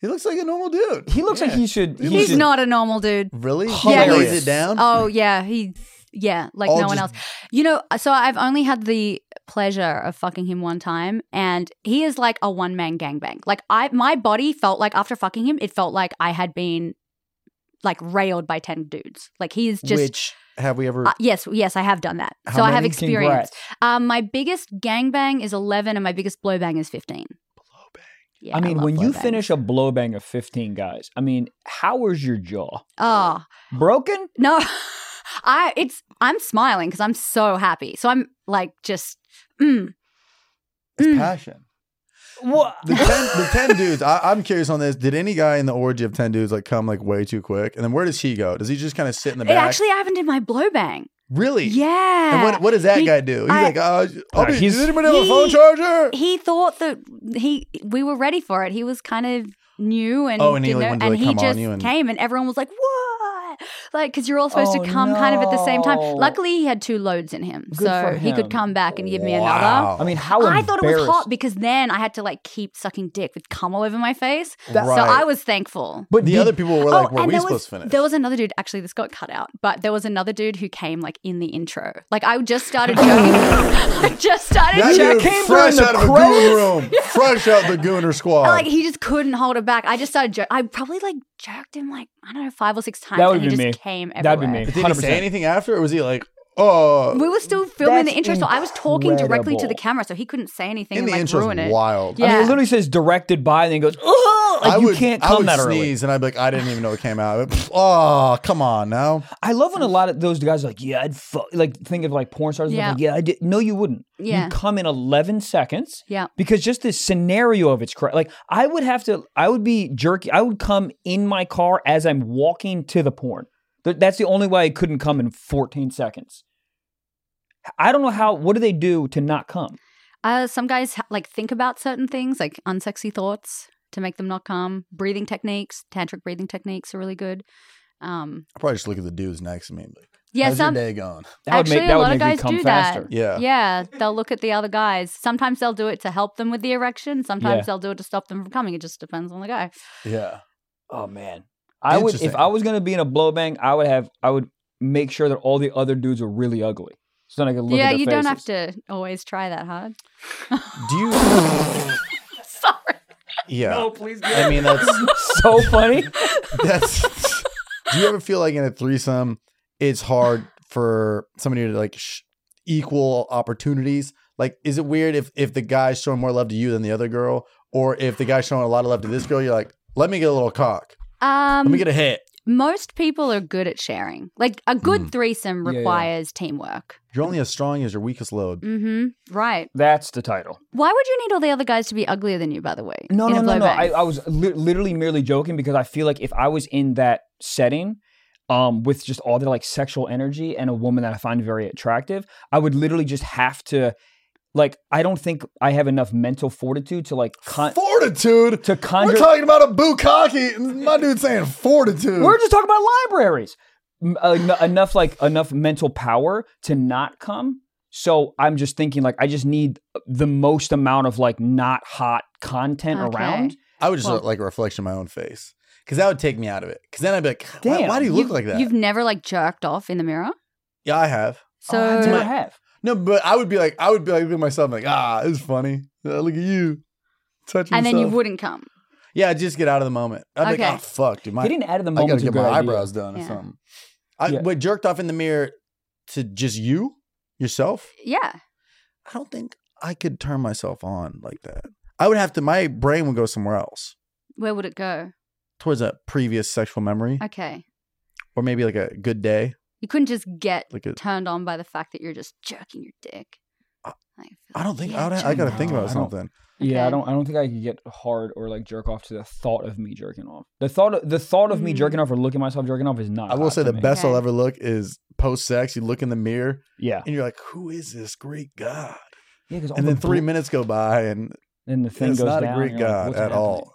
S3: He looks like a normal dude.
S1: He looks like he should. he
S2: He's
S1: should-
S2: not a normal dude.
S3: Really?
S1: Yeah,
S3: he lays
S1: he's-
S3: it down.
S2: Oh yeah, he yeah, like
S3: All
S2: no one else.
S3: just-
S2: You know, so I've only had the pleasure of fucking him one time and he is like a one man gangbang. Like I my body felt like after fucking him, it felt like I had been like railed by 10 dudes. Like he is just
S3: Which have we ever?
S2: uh, yes, yes, I have done that.
S3: How
S2: so I have
S3: many?
S2: experience.
S1: Congrats.
S2: Um, my biggest gangbang is 11 and my biggest blowbang is 15.
S3: Blowbang.
S2: Yeah,
S1: I mean,
S2: love
S1: when you
S2: blowbangs.
S1: finish a blowbang of 15 guys, I mean, how was your jaw?
S2: Oh,
S1: Broken?
S2: No, I it's I'm smiling because I'm so happy. So I'm like just mm,
S3: It's
S2: Mm.
S3: passion.
S1: What?
S3: The ten, the ten dudes. I, I'm curious on this. Did any guy in the orgy of ten dudes like come like way too quick? And then where does he go? Does he just kind of sit in the
S2: it
S3: back?
S2: actually happened in my blowbang.
S3: really?
S2: Yeah.
S3: And what, what does that
S2: He-
S3: guy do? He's
S2: I-
S3: like, uh, I'll
S1: Alright,
S3: be,
S1: he's-
S3: does anybody have a
S2: He-
S3: phone charger?
S2: he thought that he we were ready for it. He was kind of new and
S3: Oh, and he,
S2: didn't know-
S3: like, wanted to,
S2: and
S3: like,
S2: he
S3: come on
S2: just
S3: you and-
S2: came and everyone was like, "What?" Like because you're all supposed
S1: Oh,
S2: to come kind of at the same time.
S1: no.
S2: Luckily, he had two loads in him,
S1: Good
S2: so
S1: for
S2: he
S1: him.
S2: could come back and give me another.
S3: Wow.
S1: I mean, how
S2: I thought it was
S1: embarrassed-
S2: hot because then I had to like keep sucking dick with cum all over my face.
S1: That-
S2: So
S3: Right.
S2: I was thankful.
S1: But
S3: the
S1: did-
S3: other people were like, were
S2: Oh, and
S3: we
S2: there
S3: supposed
S2: was,
S3: to finish?
S2: There was another dude, actually, this got cut out, but there was another dude who came like in the intro. Like I just started joking. I just started
S3: that
S1: Jack
S3: dude
S1: Cameron
S3: fresh
S1: in the
S3: out of a goon
S1: crowd.
S3: room, fresh out the gooner squad.
S2: Oh, Like he just couldn't hold it back. I just started joking. I probably like jerked him like, I don't know, five or six times.
S1: That would
S2: and he
S1: be
S2: just
S1: me.
S2: came everywhere.
S1: That'd be me.
S3: But did he
S1: 100%.
S3: say anything after, or was he like, oh,
S2: We were still filming
S1: That's
S2: the intro, so I was talking directly to the
S1: incredible.
S2: camera, so he couldn't say anything
S3: in
S2: and
S3: the
S2: like
S3: intro's
S2: ruin it.
S3: wild.
S1: I mean, it
S2: Yeah.
S1: literally says directed by, and then it goes, oh, like
S3: I
S1: you
S3: would,
S1: can't
S3: I
S1: come
S3: would
S1: that early.
S3: sneeze, and I'd be like, I didn't even know it came out. But, pff, oh, come on now.
S1: I love
S2: Mm.
S1: when a lot of those guys are like, yeah, I'd fuck, like think of like porn stars. Yeah.
S2: Yeah.
S1: Like, yeah, I did. No, you wouldn't.
S2: Yeah.
S1: You come in 11 seconds.
S2: Yeah.
S1: Because just the scenario of it's cra Like, I would have to, I would be jerky. I would come in my car as I'm walking to the porn. Th- That's the only way I couldn't come in 14 seconds. I don't know how, what do they do to not come?
S2: Uh, some guys ha- like think about certain things, like unsexy thoughts to make them not come. Breathing techniques, tantric breathing techniques are really good. Um,
S3: I'll probably just look at the dudes next to me. and be Like,
S2: yeah,
S3: How's
S2: some
S3: your day going?
S1: That
S2: Actually, a lot of
S1: me
S2: guys do that.
S1: uh,
S3: Yeah.
S2: Yeah, they'll look at the other guys. Sometimes they'll do it to help them with the erection. Sometimes
S1: Yeah.
S2: they'll do it to stop them from coming. It just depends on the guy.
S3: Yeah.
S1: Oh man. I would if
S3: Interesting.
S1: I was gonna be in a blowbang, I would have I would make sure that all the other dudes are really ugly. So then I could look
S2: yeah,
S1: at their
S2: you don't have
S1: faces.
S2: to always try that hard.
S3: Do you?
S2: Sorry.
S3: yeah.
S4: No, Oh, please.
S3: I mean,
S1: uh,
S3: that's
S1: so funny.
S3: That's. do you ever feel like in a threesome, it's hard for somebody to like sh- equal opportunities? Like, is it weird if if the guy's showing more love to you than the other girl, or if the guy's showing a lot of love to this girl, you're like, let me get a little cock, let
S2: Um,
S3: me get a hit.
S2: most people are good at sharing. Like a good threesome
S1: Hmm. Yeah, yeah.
S2: requires teamwork.
S3: You're only as strong as your weakest load.
S2: Mm-hmm. Right.
S1: That's the title.
S2: Why would you need all the other guys to be uglier than you? By the way,
S1: No,
S2: in
S1: no,
S2: a
S1: no, no.
S2: blowbang?
S1: I, I was li- literally merely joking because I feel like if I was in that setting, um, with just all the like sexual energy and a woman that I find very attractive, I would literally just have to, like, I don't think I have enough mental fortitude to like con-
S3: Fortitude.
S1: to
S3: We're
S1: conjure.
S3: talking about a bukkake. and My dude's saying fortitude.
S1: We're just talking about libraries. M- en- enough like enough mental power to not come. So I'm just thinking like I just need the most amount of like not hot content
S2: Okay.
S1: around.
S3: I would just
S1: Well-
S3: look like a reflection of my own face because that would take me out of it. Because then I'd be like, why-
S1: Damn,
S3: why, do you look like that?
S2: You've never like jerked off in the mirror.
S3: Yeah, I have.
S2: So
S1: Oh, I
S3: my-
S1: never have.
S3: No, but I would be like, I would be like to myself, like, ah, it's funny. Uh, look at you. Touching
S2: and then you
S3: yourself.
S2: wouldn't come.
S3: Yeah, just get out of the moment. I'd be
S2: Okay.
S3: like, oh, fuck, dude. My,
S1: Getting out of the
S3: I
S1: moment
S3: gotta
S1: is a
S3: get
S1: good
S3: my
S1: idea.
S3: eyebrows done or
S2: Yeah.
S3: something. I,
S1: Yeah.
S3: But jerked off in the mirror to just you, yourself,
S2: Yeah.
S3: I don't think I could turn myself on like that. I would have to, my brain would go somewhere else
S2: Where would it go?
S3: towards a previous sexual memory
S2: Okay.
S3: or maybe like a good day.
S2: You couldn't just get
S3: Like a,
S2: turned on by the fact that you're just jerking your dick.
S3: I-
S2: Like,
S3: I don't think,
S2: yeah,
S3: I, would, I
S2: jerk
S3: gotta
S2: off.
S3: think
S1: No,
S3: about
S1: I don't-
S3: something.
S1: Yeah, I
S2: Okay.
S1: don't. I don't think I could get hard or like jerk off to the thought of me jerking off. The thought. Of, the thought of me
S2: Mm.
S1: jerking off or looking at myself jerking off is not.
S3: I will
S1: hot
S3: say
S1: to
S3: the
S1: me.
S3: best I'll
S2: Okay.
S3: ever look is post sex. You look in the mirror
S1: Yeah.
S3: and you're like, who is this great God?
S1: Yeah. Because
S3: and then three minutes go by, and
S1: Then the thing
S3: it's
S1: goes
S3: not
S1: down.
S3: a Greek
S1: you're like,
S3: god
S1: "What's
S3: at
S1: happening?"
S3: all.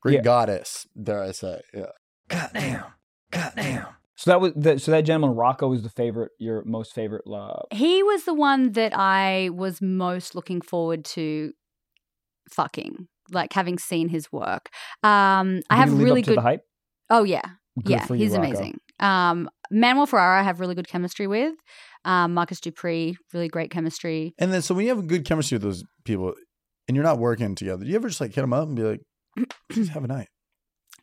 S3: Greek
S1: Yeah.
S3: goddess, dare I say? Yeah.
S1: Goddamn. Goddamn. So that was the, so that gentleman Rocco is the favorite, your most favorite uh, love.
S2: He was the one that I was most looking forward to fucking. like having seen his work. Um, I have
S1: Did he live
S2: really
S1: up to
S2: good.
S1: the hype.
S2: Oh yeah,
S1: Good
S2: yeah,
S1: for you,
S2: he's
S1: Rocco.
S2: amazing. Um, Manuel Ferrara, I have really good chemistry with. Um, Marcus Dupree, really great chemistry.
S3: And then, so when you have good chemistry with those people, and you're not working together, do you ever just like hit them up and be like, "Just have a night"?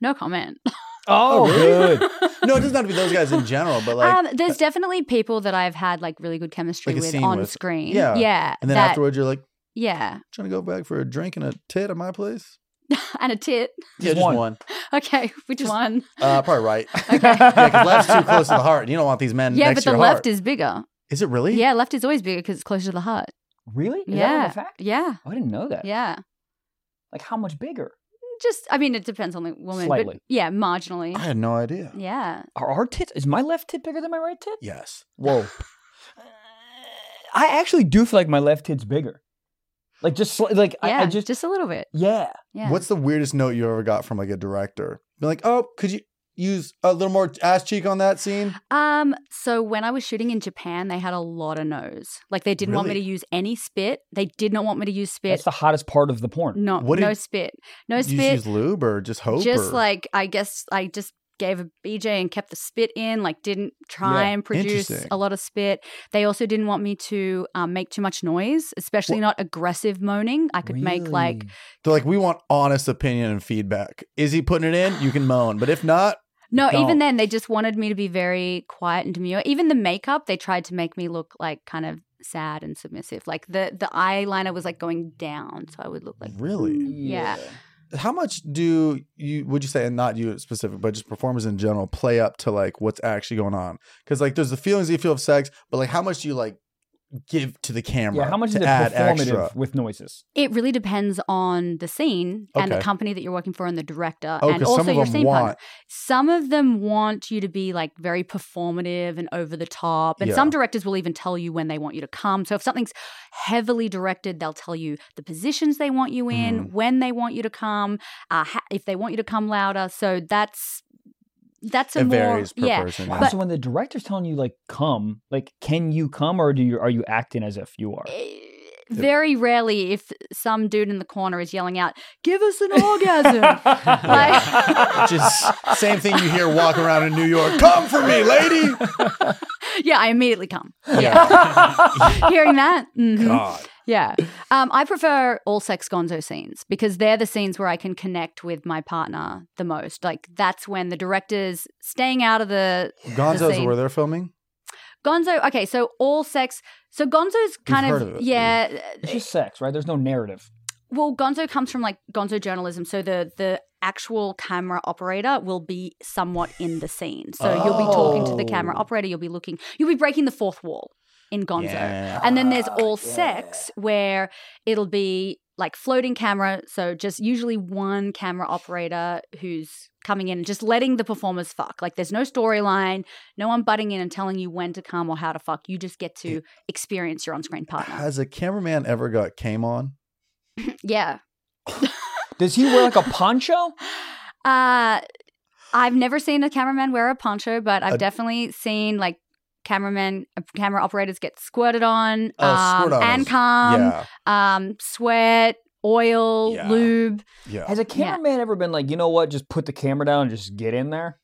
S2: No comment.
S1: Oh,
S3: really? No, it doesn't have to be those guys in general, but like,
S2: um, there's definitely people that I've had like really good chemistry
S3: Like a
S2: with
S3: scene
S2: on
S3: with.
S2: screen.
S3: Yeah.
S2: yeah.
S3: and then
S2: that-
S3: afterwards you're like,
S2: yeah,
S3: "Trying to go back for a drink and a tit at my place."
S2: and a tit.
S3: Yeah, just
S1: one.
S3: one.
S2: Okay, which
S3: Just-
S2: one?
S3: Uh, probably right.
S1: good.
S3: Yeah, 'cause left's too close to the heart, and you don't want these men.
S2: Yeah, but
S3: next to
S2: the
S3: your
S2: left
S3: heart.
S2: is bigger.
S3: Is it really?
S2: Yeah, left is always bigger because it's closer to the heart.
S1: Really? Is
S2: yeah,
S1: that like a fact?
S2: yeah,
S1: Oh, I didn't know that.
S2: yeah.
S1: Like how much bigger?
S2: Just, I mean, it depends on the woman. But
S1: Slightly.
S2: yeah, marginally.
S3: I had no idea.
S2: yeah.
S1: Are our tits? Is my left tit bigger than my right tit?
S3: Yes.
S1: Whoa. I actually do feel like my left tit's bigger. Like just sli- like
S2: Yeah,
S1: I, I just,
S2: just a little bit.
S1: yeah.
S2: Yeah.
S3: What's the weirdest note you ever got from like a director? Be like, oh, could you use a little more ass cheek on that scene?
S2: Um, so when I was shooting in Japan, they had a lot of no's. Like they didn't want me to
S3: Really?
S2: use any spit. They did not want me to use spit.
S1: That's the hottest part of the porn.
S2: No,
S3: What
S2: no
S3: did-
S2: spit. No
S3: Did you just
S2: spit.
S3: use lube or just hope?
S2: Just
S3: or-
S2: like I guess I just gave a BJ and kept the spit in, like didn't try
S3: Yeah,
S2: and produce
S3: interesting.
S2: a lot of spit. They also didn't want me to um, make too much noise, especially not aggressive moaning. I could make like
S1: Really?
S3: they're like, we want honest opinion and feedback. Is he putting it in? You can moan, but if not,
S2: no, even
S3: Don't.
S2: then they just wanted me to be very quiet and demure. Even the makeup, they tried to make me look like kind of sad and submissive. Like the the eyeliner was like going down, so I would look like mm,
S3: really.
S2: Yeah.
S3: How much do you would you say, and not you specific, but just performers in general, play up to like what's actually going on? Because like, there's the feelings you feel of sex, but like, how much do you like give to the camera?
S1: Yeah, how much
S3: to
S1: is it
S3: add
S1: performative
S3: extra?
S1: with noises?
S2: It really depends on the scene and the
S3: Okay.
S2: company that you're working for and the director
S3: Oh,
S2: and
S3: 'cause
S2: also
S3: some of
S2: your
S3: them
S2: scene partner.
S3: want-
S2: Some of them want you to be like very performative and over the top. And
S3: Yeah.
S2: some directors will even tell you when they want you to come. So if something's heavily directed, they'll tell you the positions they want you in,
S3: Mm-hmm.
S2: when they want you to come, uh, ha- if they want you to come louder. So that's that's a
S3: It
S2: more
S3: varies per
S2: yeah.
S3: person.
S1: Wow,
S3: yeah.
S1: so when the director's telling you like come, like can you come or do you are you acting as if you are?
S2: eh, Very rarely, if some dude in the corner is yelling out, "Give us an orgasm!" Like-
S3: Which is same thing you hear walking around in New York. Come for me, lady.
S2: Yeah, I immediately come.
S3: Yeah.
S2: Hearing that? Mhm.
S3: God.
S2: Yeah. Um, I prefer all sex gonzo scenes because they're the scenes where I can connect with my partner the most. Like, that's when the director's staying out of the The
S3: Gonzo's
S2: same.
S3: where they're filming.
S2: gonzo. Okay, so all sex. So gonzo's kind
S3: We've
S2: of,
S3: heard of it.
S2: yeah.
S1: it's just sex, right? There's no narrative.
S2: Well, gonzo comes from like gonzo journalism. So the, the, actual camera operator will be somewhat in the scene. So you'll be talking to the camera
S3: Oh.
S2: operator, you'll be looking, you'll be breaking the fourth wall in gonzo.
S3: Ah, Yeah.
S2: And then there's all sex where it'll be like floating camera. So just usually one camera operator who's coming in and just letting the performers fuck. Like there's no storyline, no one butting in and telling you when to come or how to fuck. You just get to experience your on screen partner.
S3: Has a cameraman ever got came on?
S2: Yeah.
S1: Does he wear like a poncho?
S2: Uh, I've never seen a cameraman wear a poncho, but I've
S3: A-
S2: definitely seen like cameramen, uh, camera operators get squirted on,
S3: Oh, squirt
S2: um,
S3: on
S2: and
S3: is-
S2: cum,
S3: yeah,
S2: um, sweat, oil,
S3: Yeah.
S2: lube.
S3: yeah.
S1: Has a cameraman ever been like, you know what, just put the camera down and just get in there?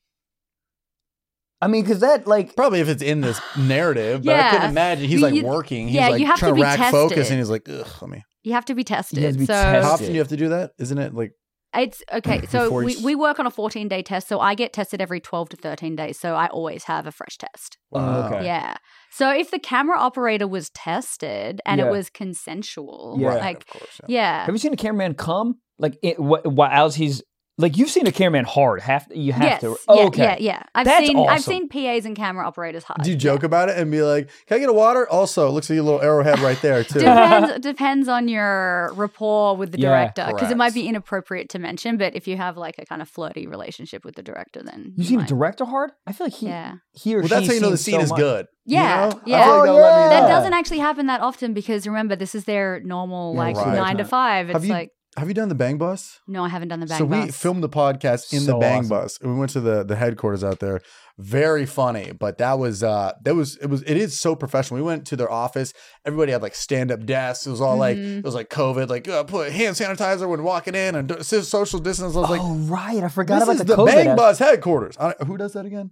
S1: I mean, because that like
S3: Probably if it's in this narrative, but I
S2: Yeah.
S3: couldn't imagine. He's
S2: You-
S3: like
S2: you-
S3: working. He's
S2: yeah,
S3: like
S2: you have to
S3: trying to,
S2: be
S3: rack
S2: tested.
S3: focus, and he's like, "Ugh, let me."
S2: You have to be tested.
S1: You have to be
S2: so
S1: tested.
S3: How
S1: Tested.
S3: often you have to do that? Isn't it like
S2: it's okay. So
S3: Before you
S2: we,
S3: s-
S2: we work on a 14 day test. So I get tested every 12 to 13 days. So I always have a fresh test.
S3: Wow.
S1: Okay.
S2: Yeah. So if the camera operator was tested and
S1: Yeah.
S2: it was consensual,
S1: Yeah.
S3: Right,
S2: like,
S3: of course. Yeah.
S2: yeah.
S1: have you seen a cameraman come? Like it, wh- while he's like you've seen a cameraman hard. Have you have
S2: yes.
S1: to
S2: Yeah,
S1: okay.
S2: yeah, yeah. I've
S1: That's
S2: seen I've
S1: awesome.
S2: seen PAs and camera operators hard.
S3: Do you joke about it and be like, "Can I get a water?" Also, looks like a little arrowhead right there too.
S2: depends depends on your rapport with the
S1: Yeah,
S2: director because it might
S3: correct.
S2: be inappropriate to mention, but if you have like a kind of flirty relationship with the director, then
S1: You seen a
S2: might.
S1: director hard? I feel like he
S2: Yeah.
S1: he or
S3: well, that's
S1: she
S3: how you know the
S1: sees
S3: scene
S1: so
S3: is
S1: much.
S3: good. you
S2: Yeah,
S3: know? I
S2: yeah.
S3: feel like
S1: Oh,
S3: they'll let me
S1: yeah.
S2: That
S3: know.
S2: doesn't actually happen that often because remember, this is their normal
S1: Yeah,
S2: like
S3: right.
S2: nine to
S1: Right.
S2: five.
S3: Have
S2: It's
S3: you-
S2: like
S3: Have you done the bang bus?
S2: No, I haven't done the bang
S3: so we
S2: bus.
S3: filmed the podcast in the
S1: So
S3: bang
S1: awesome.
S3: bus and we went to the the headquarters out there very funny but that was uh that was it was it is so professional we went to their office everybody had like stand-up desks it was all like
S2: Mhm.
S3: it was like covid like uh, put hand sanitizer when walking in and do- social distance i was like
S1: oh right, I forgot
S3: this
S1: about
S3: is
S1: the,
S3: the,
S1: COVID.
S3: bang
S1: aspect.
S3: bus headquarters I, who does that again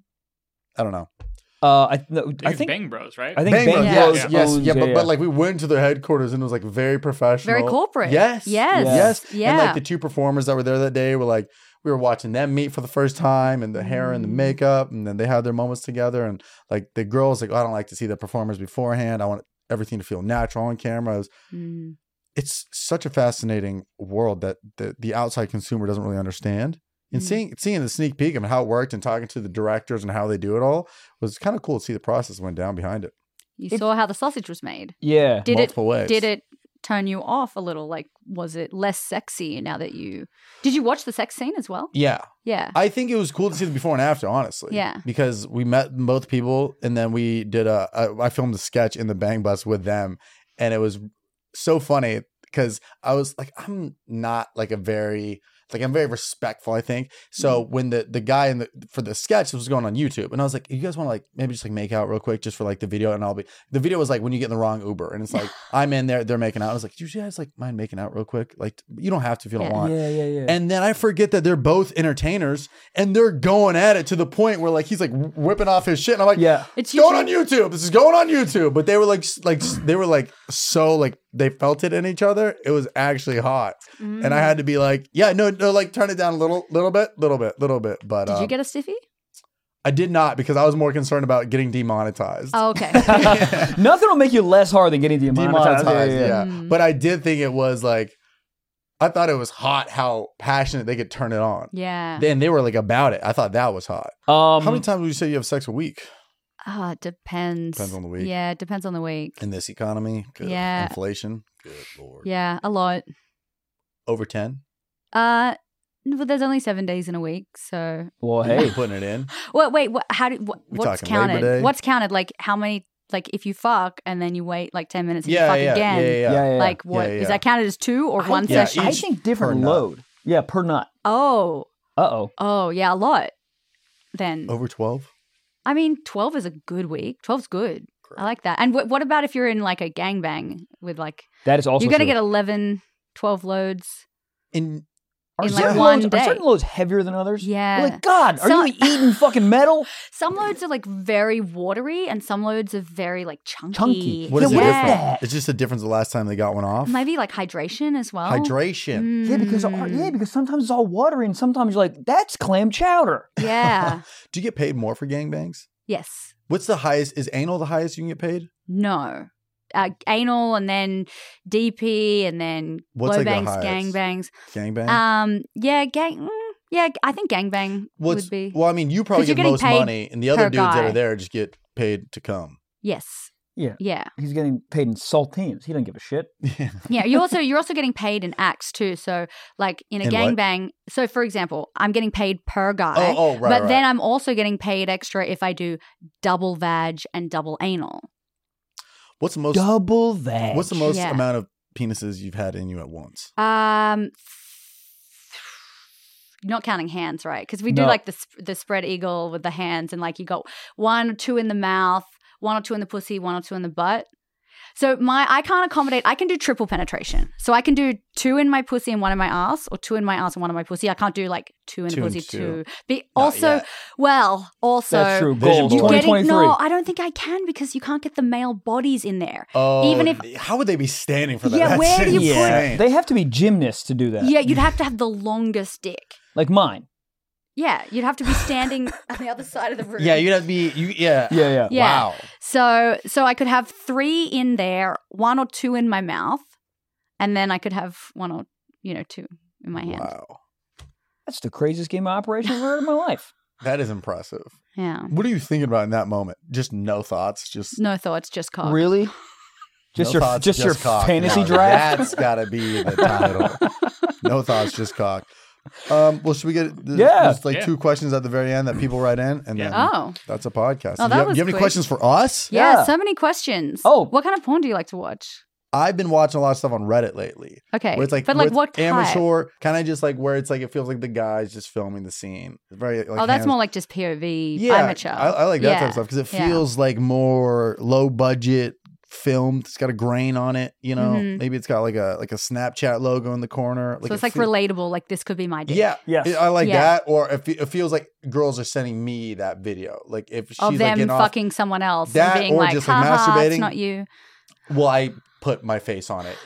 S3: i don't know
S1: Uh, I, no,
S4: I
S1: I
S4: think,
S1: think
S4: Bang Bros, right?
S1: I think
S3: Bang
S1: Bang,
S3: Bros,
S2: Bros
S3: yes
S1: Bros
S3: yes
S1: owns-
S3: yeah, but, but like we went to their headquarters and it was like very professional
S2: Very corporate.
S3: yes
S2: Yes.
S3: yes and
S2: Yeah.
S3: like the two performers that were there that day were like we were watching them meet for the first time and the hair and the
S2: Mm.
S3: makeup and then they had their moments together and like the girls like "Oh, I don't like to see the performers beforehand I want everything to feel natural on camera It was-
S2: Mm.
S3: it's such a fascinating world that the, the outside consumer doesn't really understand and
S2: Mm.
S3: seeing seeing the sneak peek of how it worked and talking to the directors and how they do it all was kind of cool to see the process that went down behind it
S2: You
S1: It-
S2: saw how the sausage was made.
S1: yeah.
S2: Did it?
S3: multiple ways
S2: Did it turn you off a little? Like, was it less sexy now that you? Did you watch the sex scene as well?
S3: yeah
S2: Yeah.
S3: I think it was cool to see the before and after, honestly.
S2: Yeah.
S3: Because we met both people, and then we did a. a I filmed a sketch in the Bang Bus with them, and it was so funny because I was like, I'm not like a very like I'm very respectful. I think so.
S2: Mm-hmm.
S3: When the the guy in the for the sketch was going on YouTube, and I was like, you guys want to like maybe just like make out real quick just for like the video, and I'll be the video was like when you get in the wrong Uber, and it's like I'm in there, they're making out. I was like, do you guys like mind making out real quick? Like you don't have to if you don't
S2: Yeah.
S3: want.
S1: Yeah, yeah, yeah.
S3: And then I forget that they're both entertainers and they're going at it to the point where like he's like wh- whipping off his shit and I'm like
S1: yeah.
S2: It's
S3: it's going
S2: YouTube.
S3: on YouTube. This is going on YouTube. But they were like s- like s- they were like so like they felt it in each other. It was actually hot. And I
S2: Mm.
S3: had to be like, yeah, no, no, like turn it down a little little bit, little bit, little bit. But
S2: Mm. Did you
S3: um,
S2: get a stiffy?
S3: I did not because I was more concerned about getting demonetized.
S2: Oh, okay.
S1: Nothing will make you less hard than getting demonetized.
S3: demonetized. yeah,
S2: Mm.
S3: But I did think it was like I thought it was hot how passionate they could turn it on.
S2: yeah.
S3: Then they were like about it. I thought that was hot.
S1: Um,
S3: How many times would you say you have sex a week
S2: Ah, it depends.
S3: Depends on the week.
S2: Yeah, it depends on the week.
S3: in this economy? Good.
S2: Yeah.
S3: Inflation. Good lord.
S2: yeah, a lot.
S3: Over ten.
S2: Uh, but there's only seven days in a week, so
S1: well, hey.
S3: You're putting it in.
S2: Wait, wait. What, how do what,
S3: We
S2: what's
S3: talking Labor Day?
S2: counted? What's counted? Like how many? Like if you fuck and then you wait like ten minutes and you
S3: Yeah,
S2: fuck
S3: yeah, yeah,
S2: again.
S3: yeah,
S1: Yeah, yeah. yeah.
S2: Like what is
S3: yeah, yeah.
S2: that counted as two or
S1: I
S2: one
S1: think-
S2: session?
S1: I
S3: each
S1: think
S3: per
S1: different
S3: nut.
S1: load. Yeah, per nut.
S2: oh,
S1: Uh oh.
S2: oh yeah, a lot. Then
S3: Over twelve.
S2: I mean, twelve is a good week. 12's good. I like that. And wh- what about if you're in like a gangbang with like
S1: That is also
S2: you're gonna
S1: true.
S2: get 11, 12 loads?
S3: In
S1: Are
S2: in, like,
S1: certain
S2: one
S1: loads,
S2: day.
S1: Are certain loads heavier than others?
S2: Yeah.
S1: Like, God, are
S2: So-
S1: you eating fucking metal?
S2: Some loads are like very watery, and some loads are very like chunky.
S1: Chunky.
S3: what
S1: Yeah,
S3: is
S1: what
S3: the
S1: is
S3: difference?
S1: that?
S3: It's just the difference the last time they got one off.
S2: Maybe like hydration as well.
S3: Hydration.
S1: Yeah, because uh,
S2: Mm.
S1: yeah, because sometimes it's all watery, and sometimes you're like, that's clam chowder.
S2: Yeah.
S3: Do you get paid more for gangbangs?
S2: yes.
S3: What's the highest? Is anal the highest you can get paid?
S2: No. Uh, anal and then DP and then
S3: What's,
S2: blow
S3: like, the
S2: bangs,
S3: highest? Eh?
S2: gang bangs.
S3: Gangbang.
S2: Um, yeah, gang. mm, Yeah, I think gang bang
S3: What's
S2: would be
S3: well? I mean, you probably
S2: 'Cause you're
S3: get
S2: getting
S3: most
S2: paid
S3: money, and the other
S2: per
S3: dudes that
S2: guy.
S3: are there just get paid to come.
S2: yes.
S1: Yeah.
S2: Yeah,
S1: He's getting paid in saltines. He doesn't give a shit.
S3: Yeah.
S2: yeah. You also you're also getting paid in acts too. So like in a
S3: In what?
S2: gang bang. So for example, I'm getting paid per guy.
S3: Oh, oh, right.
S2: but
S3: right.
S2: then I'm also getting paid extra if I do double vag and double anal.
S3: what's the most?
S1: Double that.
S3: What's the most
S2: Yeah.
S3: amount of penises you've had in you at once?
S2: Um, you're not counting hands, right? Because we do
S1: No.
S2: like the sp- the spread eagle with the hands, and like you got one or two in the mouth, one or two in the pussy, one or two in the butt. So my I can't accommodate. I can do triple penetration. So I can do two in my pussy and one in my ass, or two in my ass and one in my pussy. I can't do like two in
S3: Two
S2: the
S3: and
S2: pussy,
S3: two.
S2: two. Be
S3: Not
S2: also,
S3: yet.
S2: well, also
S1: That's true.
S3: Vision
S1: Goals.
S3: board.
S2: you
S1: Twenty
S2: getting
S1: twenty
S2: no.
S1: three.
S2: I don't think I can because you can't get the male bodies in there.
S3: Oh,
S2: Even if-
S3: how would they be standing for that?
S2: Yeah,
S3: That's
S2: where do you put-
S3: insane.
S1: They have to be gymnasts to do that.
S2: Yeah, you'd have to have the longest dick.
S1: Like mine.
S2: Yeah, you'd have to be standing on the other side of the room.
S3: yeah, you'd have to be. You, yeah.
S1: Yeah, yeah.
S2: Yeah.
S3: Wow.
S2: So, so I could have three in there, one or two in my mouth, and then I could have one or you know two in my hand.
S3: Wow.
S1: That's the craziest game of operation I've ever heard in my life.
S3: That is impressive.
S2: Yeah,
S3: What are you thinking about in that moment? Just no thoughts. Just
S2: no thoughts, just cock.
S1: Really? Just
S3: no
S1: your
S3: thoughts,
S1: just, your
S3: cock.
S1: fantasy
S3: No,
S1: draft?
S3: That's got to be the title. no thoughts, just cock. Um, well, should we get th-
S1: Yeah.
S3: There's like
S4: Yeah.
S3: two questions at the very end that people write in, and then
S4: Yeah.
S2: Oh,
S3: that's a podcast.
S2: Oh, that
S3: do you have, do
S2: was
S3: you have any
S2: quick.
S3: questions for us?
S2: yeah,
S1: Yeah.
S2: So many questions.
S1: Oh.
S2: what kind of porn do you like to watch?
S3: I've been watching a lot of stuff on Reddit lately.
S2: Okay.
S3: Where it's like,
S2: but like
S3: where
S2: what
S3: it's
S2: type?
S3: amateur? Kind of just like where it's like it feels like the guy's just filming the scene. It's very like,
S2: oh, that's
S3: hands-
S2: more like just POV
S3: yeah.
S2: amateur.
S3: I, I like that
S2: Yeah.
S3: type of stuff because it
S2: Yeah.
S3: feels like more low budget filmed. It's got a grain on it, you know.
S2: Mhm.
S3: Maybe it's got like a like a Snapchat logo in the corner.
S2: so it's
S3: it
S2: like
S3: feel-
S2: relatable. Like this could be my dick.
S3: yeah,
S1: Yes.
S3: It- I like
S2: Yeah.
S3: that. Or it, fe- it feels like girls are sending me that video. Like if she's
S2: Of
S3: like
S2: them
S3: getting off,
S2: fucking someone else
S3: That
S2: and being
S3: or
S2: like,
S3: just,
S2: "Ha
S3: like,
S2: ha, it's
S3: masturbating.
S2: not you.
S3: well, I put my face on it.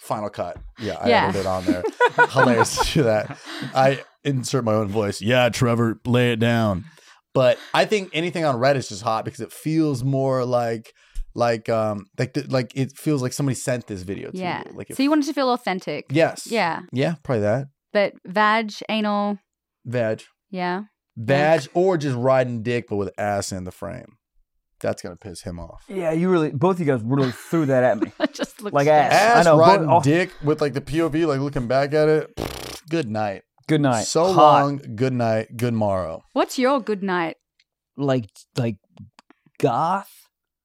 S3: Final cut. Yeah, I
S2: Oh Yeah.
S3: added it on there. Hilarious to do that. I insert my own voice. Yeah, Trevor, lay it down. But I think anything on Reddit is just hot because it feels more like like um like the, like it feels like somebody sent this video to
S2: Yeah.
S3: you. Like it,
S2: so you wanted to feel authentic.
S3: yes.
S2: Yeah.
S3: Yeah, probably that.
S2: But vag, anal,
S3: Vag.
S2: yeah.
S3: Vag or just riding dick but with ass in the frame. That's gonna piss him off.
S1: Yeah, you really, both of you guys really threw that at me.
S2: just looks
S1: Like
S2: bad.
S1: I
S3: Ass
S1: know, but-
S3: riding
S1: oh.
S3: dick with like the POV, like looking back at it. Good night.
S1: Good night.
S3: So
S1: Hot.
S3: long. Good night. Good morrow.
S2: What's your good night?
S1: like like goth.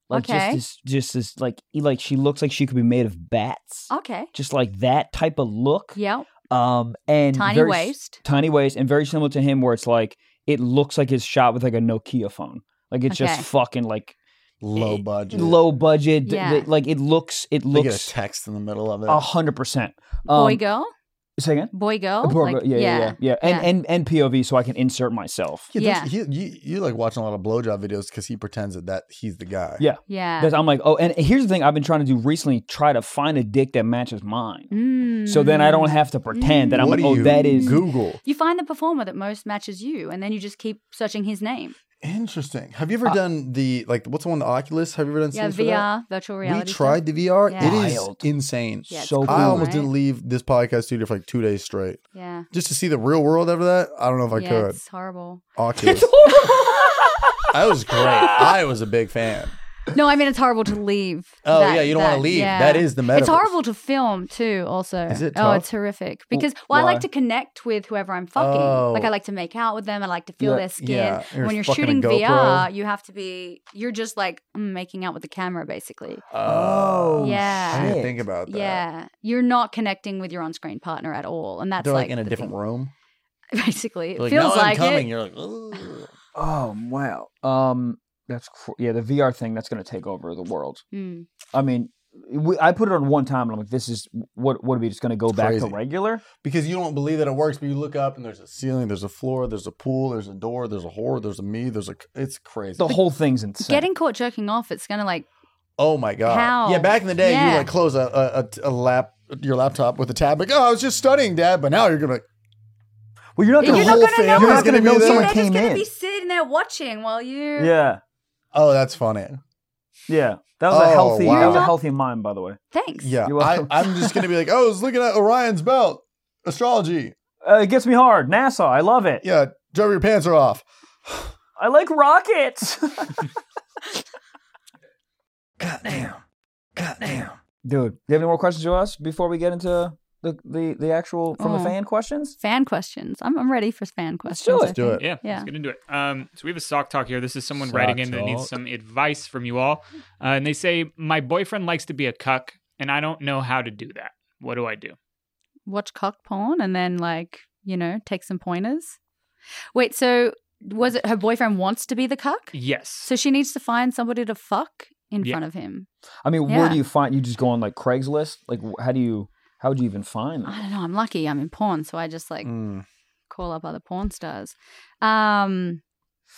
S1: Like
S2: Okay.
S1: just this just this like e- like she looks like she could be made of bats.
S2: Okay.
S1: Just like that type of look.
S2: Oh. Yeah.
S1: Um and
S2: Tiny
S1: very s-
S2: waist.
S1: Tiny waist and very similar to him where it's like it looks like it's shot with like a Nokia phone. Like it's
S2: Okay.
S1: just fucking like
S3: Low
S1: it-
S3: budget.
S1: Eh, low budget. th-
S2: Yeah.
S1: th- like it looks it
S3: They get a
S1: looks Oh,
S3: text in the middle of it.
S1: a hundred percent.
S2: Boy girl?
S1: Say again?
S2: Boy girl?
S1: Bro-
S2: Like,
S1: um, yeah, yeah, yeah, yeah. And
S2: yeah.
S1: and and POV so I can insert myself.
S3: yeah. don't you- he- you, you like watching a lot of blowjob videos because he pretends that, that he's the guy.
S1: Yeah.
S2: Yeah.
S1: That's- I'm like, oh, and here's the thing I've been trying to do recently: try to find a dick that matches mine.
S2: Mm.
S1: So then I don't have to pretend that I'm
S3: What
S1: like,
S3: do
S1: oh,
S3: you
S1: that is
S3: Google.
S2: You find the performer that most matches you, and then you just keep searching his name.
S3: Interesting. Have you
S1: Uh,
S3: ever done the like what's the one the Oculus? Have you ever done
S2: Yeah,
S3: scenes for that?
S2: VR, virtual reality.
S3: We
S2: stuff.
S3: tried the VR.
S2: Yeah.
S3: It is
S1: Wild.
S3: insane.
S2: Yeah, it's
S1: so
S2: cool,
S3: I almost
S2: right?
S3: didn't leave this podcast studio for like two days straight
S2: Yeah.
S3: just to see the real world. After that, I don't know if I
S2: yeah,
S3: could.
S2: it's horrible.
S3: Oculus. that was great. I was a big fan.
S2: No, I mean it's horrible to leave.
S3: Oh,
S2: that-
S3: yeah, you don't wanna
S2: that-
S3: leave.
S2: yeah.
S3: That is the
S2: It's
S3: metaverse.
S2: horrible to film too. Also,
S3: Is it
S2: oh,
S3: tough?
S2: it's horrific because well, I
S1: why?
S2: like to connect with whoever I'm fucking.
S3: Oh.
S2: Like I like to make out with them. I like to feel
S1: Yeah,
S2: their skin.
S3: yeah. You're
S2: when you're
S3: fucking a
S2: shooting
S3: GoPro.
S2: VR, you have to be. You're just like mm, making out with the camera, basically.
S3: Uh,
S1: Oh,
S2: Yeah.
S3: I didn't
S1: shit.
S3: think about that.
S2: Yeah, you're not connecting with your on-screen partner at all, and that's
S3: They're like, in a
S2: the
S3: different
S2: thing.
S3: room.
S2: Basically, it
S3: Like,
S2: feels
S3: now
S2: like
S3: I'm coming.
S2: it.
S3: You're like, "Ugh."
S1: Oh wow. Um, that's cr- yeah. The VR thing that's going to take over the world.
S2: Mm.
S1: I mean, we, I put it on one time, and I'm like, this is what? What are we just going to go back
S3: crazy.
S1: to regular?
S3: because you don't believe that it works, but you look up and there's a ceiling, there's a floor, there's a pool, there's a door, there's a whore, there's a me, there's a. It's crazy.
S1: The whole thing's insane.
S2: Getting caught jerking off, it's gonna like
S3: oh my god.
S2: How?
S3: Yeah, back in the day, you
S2: Yeah.
S3: would like close a a, a a lap your laptop with a tab, like, oh, I was just studying, Dad, but now you're gonna. Like,
S1: well, you're not
S2: You're
S1: going
S2: not gonna know.
S1: You're not going to know
S3: You're
S1: someone
S2: they're
S1: came
S2: just gonna
S1: in.
S2: be sitting there watching while you.
S1: Yeah,
S3: Oh, that's funny.
S1: yeah. That was a
S3: Oh,
S1: healthy. That was a
S3: wow.
S1: healthy mind, by the way.
S2: Thanks.
S3: Yeah,
S1: You're
S3: I,
S1: welcome.
S3: I'm just gonna be like, oh, I was looking at Orion's belt, astrology.
S1: Uh, it gets me hard. NASA. I love it.
S3: Yeah, Trevor, your pants are off.
S1: I like rockets.
S3: Goddamn. Goddamn.
S1: Dude, do you have any more questions to us before we get into the the, the actual from
S2: Oh.
S1: the fan questions?
S2: Fan questions. I'm, I'm ready for fan questions.
S1: do it.
S2: I
S3: Do
S2: think.
S3: it.
S4: Yeah,
S2: Yeah.
S4: let's get into it. Um, so we have a sock talk here. This is someone
S3: Sock
S4: writing in that
S3: talk.
S4: needs some advice from you all. Uh, and they say, My boyfriend likes to be a cuck, and I don't know how to do that. What do I do?
S2: Watch cock porn and then like you know take some pointers. Wait, so was it her boyfriend wants to be the cuck?
S4: Yes.
S2: So she needs to find somebody to fuck in
S4: Yeah.
S2: front of him.
S1: I mean, where
S2: Yeah.
S1: do you find? You just go on like Craigslist. Like, wh- how do you? How would you even find
S2: I
S1: them?
S2: don't know. I'm lucky. I'm in porn, so I just like
S3: Mm.
S2: call up other porn stars. Um,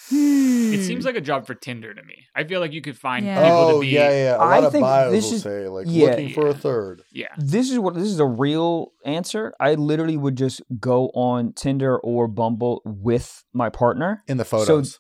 S2: hmm.
S4: it seems like a job for Tinder to me. I feel like you could find
S2: Yeah.
S4: people
S3: Oh
S4: to be.
S3: yeah, yeah. A
S1: I
S3: lot of
S1: think
S3: bios
S1: this
S3: will
S1: is-
S3: say like
S1: yeah.
S3: looking for a third.
S4: yeah.
S1: This is what this is a real answer. I literally would just go on Tinder or Bumble with my partner.
S3: in the photos.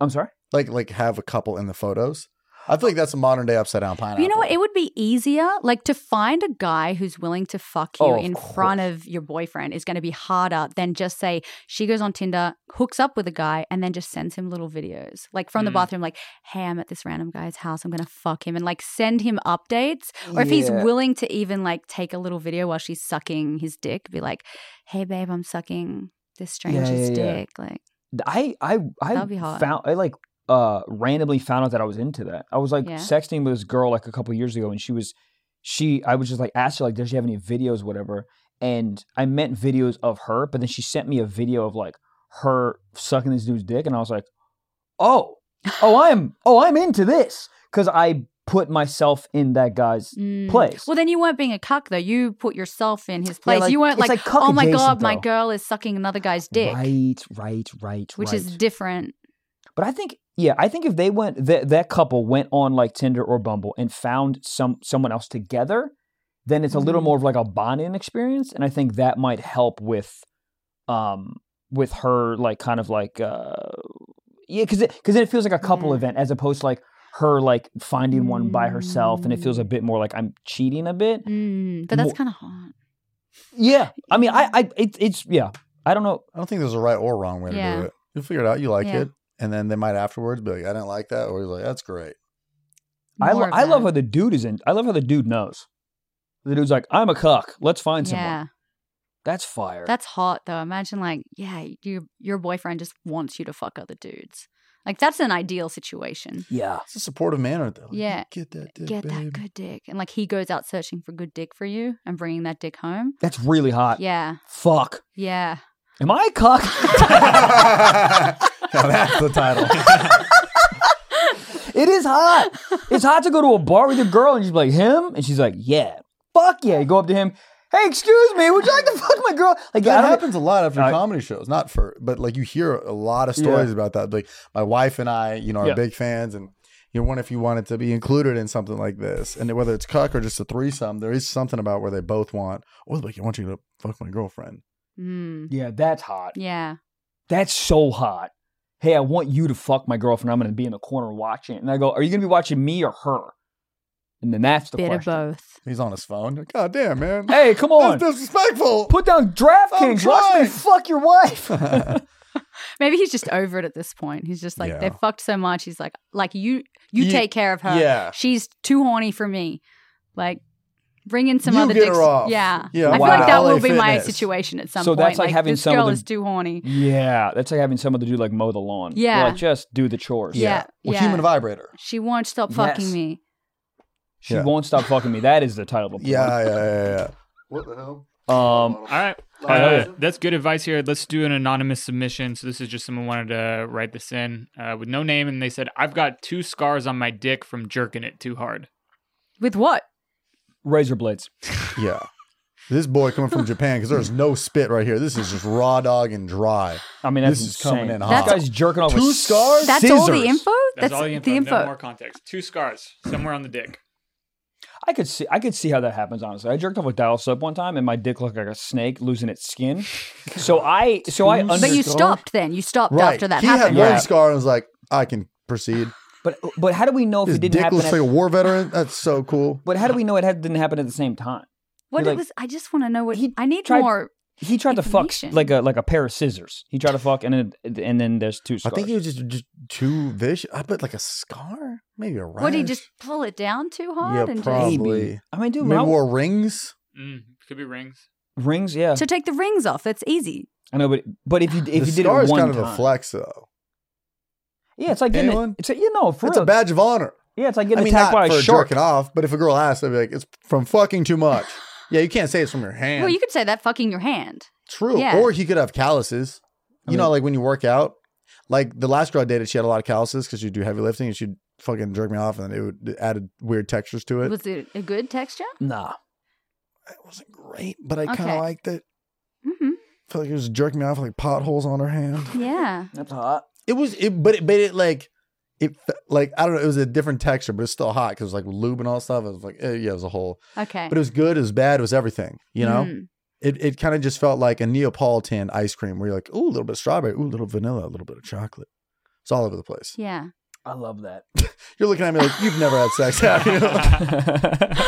S1: I'm sorry.
S3: like like have a couple in the photos. I feel like that's a modern day upside down pineapple.
S2: You know what? It would be easier, like to find a guy who's willing to fuck you
S1: Oh, of
S2: in
S1: course.
S2: front of your boyfriend is going to be harder than just say she goes on Tinder, hooks up with a guy, and then just sends him little videos, like from the
S4: Mm.
S2: bathroom, like, "Hey, I'm at this random guy's house. I'm going to fuck him," and like send him updates, or if he's
S1: Yeah.
S2: willing to even like take a little video while she's sucking his dick, be like, "Hey, babe, I'm sucking this stranger's
S1: yeah, yeah.
S2: dick." Like,
S1: I I I
S2: That'd be hot.
S1: found I like uh randomly found out that I was into that. I was like
S2: Yeah.
S1: sexting with this girl like a couple years ago, and she was she I was just like asked her like, does she have any videos, whatever? And I meant videos of her, but then she sent me a video of like her sucking this dude's dick, and I was like, oh, oh, I'm oh, I'm into this because I put myself in that guy's
S2: Mm.
S1: place.
S2: Well, then you weren't being a cuck though. You put yourself in his place.
S1: like-
S2: you weren't
S1: it's like
S2: like,
S1: cuck
S2: oh my god,
S1: adjacent,
S2: my
S1: though."
S2: girl is sucking another guy's dick,
S1: Right, right, right,
S2: which
S1: right.
S2: is different.
S1: But I think, yeah, I think if they went that that couple went on like Tinder or Bumble and found some someone else together, then it's a little
S2: Mhm.
S1: more of like a bonding experience, and I think that might help with, um, with her like kind of like uh, yeah, because because then it feels like a couple
S2: Yeah.
S1: event as opposed to like her like finding one by herself, and it feels a bit more like I'm cheating a bit.
S2: Mm, but that's
S1: More-
S2: kind of hot.
S1: Yeah, I mean, I I it, it's yeah, I don't know.
S3: I don't think there's a right or wrong way to
S2: Yeah.
S3: do it. You figure it out. You like
S2: Yeah.
S3: it, and then they might afterwards be like, "I didn't like that," or like, "That's great."
S1: I,
S2: More
S1: lo-
S2: of
S1: I love
S2: that.
S1: how the dude is in. I love how the dude knows. The dude's like, I'm a cuck. Let's find someone.
S2: Yeah,
S1: That's fire.
S2: that's hot though. Imagine like, yeah, you, your boyfriend just wants you to fuck other dudes. Like that's an ideal situation.
S1: yeah.
S3: It's a supportive man right there. Like,
S2: Yeah.
S3: get that, dick,
S2: Get that
S3: babe."
S2: good dick, and like he goes out searching for good dick for you and bringing that dick home.
S1: That's really hot.
S2: Yeah,
S1: Fuck.
S2: yeah.
S1: Am I a cuck?
S3: now that's the title.
S1: it is hot. It's hot to go to a bar with a girl and she's like, him? And she's like, yeah. Fuck yeah. You go up to him. Hey, excuse me. Would you like to fuck my girl? Like, I
S3: That
S1: don't-
S3: happens a lot after
S1: I-
S3: comedy shows. Not for, but like you hear a lot of stories
S1: Yeah.
S3: about that. Like my wife and I, you know, are
S1: Yeah.
S3: big fans, and you wonder if you wanted to be included in something like this. And whether it's cuck or just a threesome, there is something about where they both want. Oh, like I want you to fuck my girlfriend.
S2: Mm,
S1: Yeah, that's hot.
S2: yeah.
S1: That's so hot. Hey, I want you to fuck my girlfriend. I'm going to be in the corner watching. it. And I go, are you going to be watching me or her? And then that's the
S2: Bit
S1: question.
S2: of both.
S3: He's on his phone. Like, God damn, man.
S1: Hey, come on.
S3: That's disrespectful.
S1: Put down DraftKings. Watch me
S3: trying.
S1: fuck your wife.
S2: Maybe he's just over it at this point. He's just like they
S3: Yeah.
S2: fucked so much. He's like, like you, you
S3: Ye-
S2: take care of her.
S3: yeah.
S2: she's too horny for me. Like, bring in some
S3: You
S2: other
S3: get
S2: dicks.
S3: her off.
S2: Yeah,
S3: Yeah,
S2: I feel
S1: why
S2: like
S1: not?
S2: that
S3: LA
S2: will be my
S3: Fitness.
S2: situation at some
S1: So
S2: point.
S1: that's like having
S2: this
S1: some
S2: girl
S1: of the-
S2: is too horny.
S1: Yeah, that's like having someone to do like mow the lawn. You're
S2: Yeah.
S1: like just do the chores.
S2: Yeah,
S3: Well,
S2: yeah.
S3: human vibrator.
S2: She won't stop fucking
S1: Yes.
S2: me.
S1: she
S3: Yeah.
S1: won't stop fucking me. That is the title of the
S3: Yeah, yeah, yeah, yeah. What the hell?
S1: poem. Um,
S4: All right. Uh, that's good advice here. Let's do an anonymous submission. So this is just someone wanted to write this in uh, with no name, and they said, "I've got two scars on my dick from jerking it too hard."
S2: With what?
S1: razor blades.
S3: Yeah. This boy coming from Japan because there's no spit right here. This is just raw dog and dry.
S1: I mean, that's
S3: This is
S1: insane.
S3: coming in
S1: This
S3: hot.
S1: guy's jerking off
S3: Two
S1: with
S3: scars?
S2: That's all the
S1: scissors.
S2: info.
S4: That's, all the info. No more context. Two scars somewhere on the dick.
S1: I could see. I could see how that happens. Honestly, I jerked off with dial soap one time, and my dick looked like a snake losing its skin. So I, so I, under-
S2: but you stopped then. You stopped
S3: Right.
S2: after that
S3: he
S2: happened.
S3: had one
S1: Yeah.
S3: scar and was like, I can proceed.
S1: but but how do we know if
S3: His
S1: it didn't
S3: dick
S1: happen?
S3: looks
S1: At,
S3: like a war veteran. That's so cool.
S1: but how do we know it had, didn't happen at the same time?
S2: What
S1: You're
S2: it
S1: like-
S2: was? I just want to know what.
S1: He
S2: I need
S1: tried-
S2: more.
S1: He tried to fuck
S2: Information.
S1: like a like a pair of scissors. He tried to fuck, and then and then there's two
S3: I
S1: scars.
S3: think he was just, just too vicious. I bet like a scar? Maybe a rash.
S2: What did he just pull it down too
S3: Yeah,
S2: hard and
S3: probably.
S2: just?
S1: I mean, dude,
S3: Maybe
S1: when I-
S3: wore rings?
S4: Mm, could be rings.
S1: rings. Yeah,
S2: So take the rings off. That's easy.
S1: I know, but but if you if
S3: the
S1: you did it
S3: scar
S1: one
S3: is kind
S1: time,
S3: of a flex, though.
S1: yeah, it's like getting
S3: Anyone?
S1: a, it's a, you know for
S3: It's
S1: real,
S3: a badge of honor.
S1: yeah, it's like getting
S3: I mean,
S1: attacked
S3: not
S1: by a
S3: for
S1: shark.
S3: jerking off, but if a girl asks, I'd be like, it's from fucking too much. Yeah, you can't say it's from your hand.
S2: Well, you could say that fucking your hand.
S3: True.
S2: Yeah.
S3: Or he could have calluses. You
S1: I mean-
S3: know, like when you work out, like the last girl I dated, she had a lot of calluses because she'd do heavy lifting and she'd fucking jerk me off and it would it added weird textures to it.
S2: Was it a good texture?
S1: Nah,
S3: it wasn't great, but I kind
S2: Okay.
S3: of liked it.
S2: hmm
S3: felt like it was jerking me off with, like potholes on her hand.
S2: Yeah.
S1: that's hot.
S3: It was, it, but it made it like, it fe- like I don't know, it was a different texture, but it's still hot because like lube and all that stuff. It was like, eh, yeah, it was a whole,
S2: Okay.
S3: but it was good, it was bad, it was everything, you know.
S2: Mm.
S3: it, it kind of just felt like a Neapolitan ice cream where you're like, ooh, a little bit of strawberry, ooh, a little vanilla, a little bit of chocolate. It's all over the place.
S2: Yeah.
S1: I love that.
S3: You're looking at me like, you've never had sex, have you?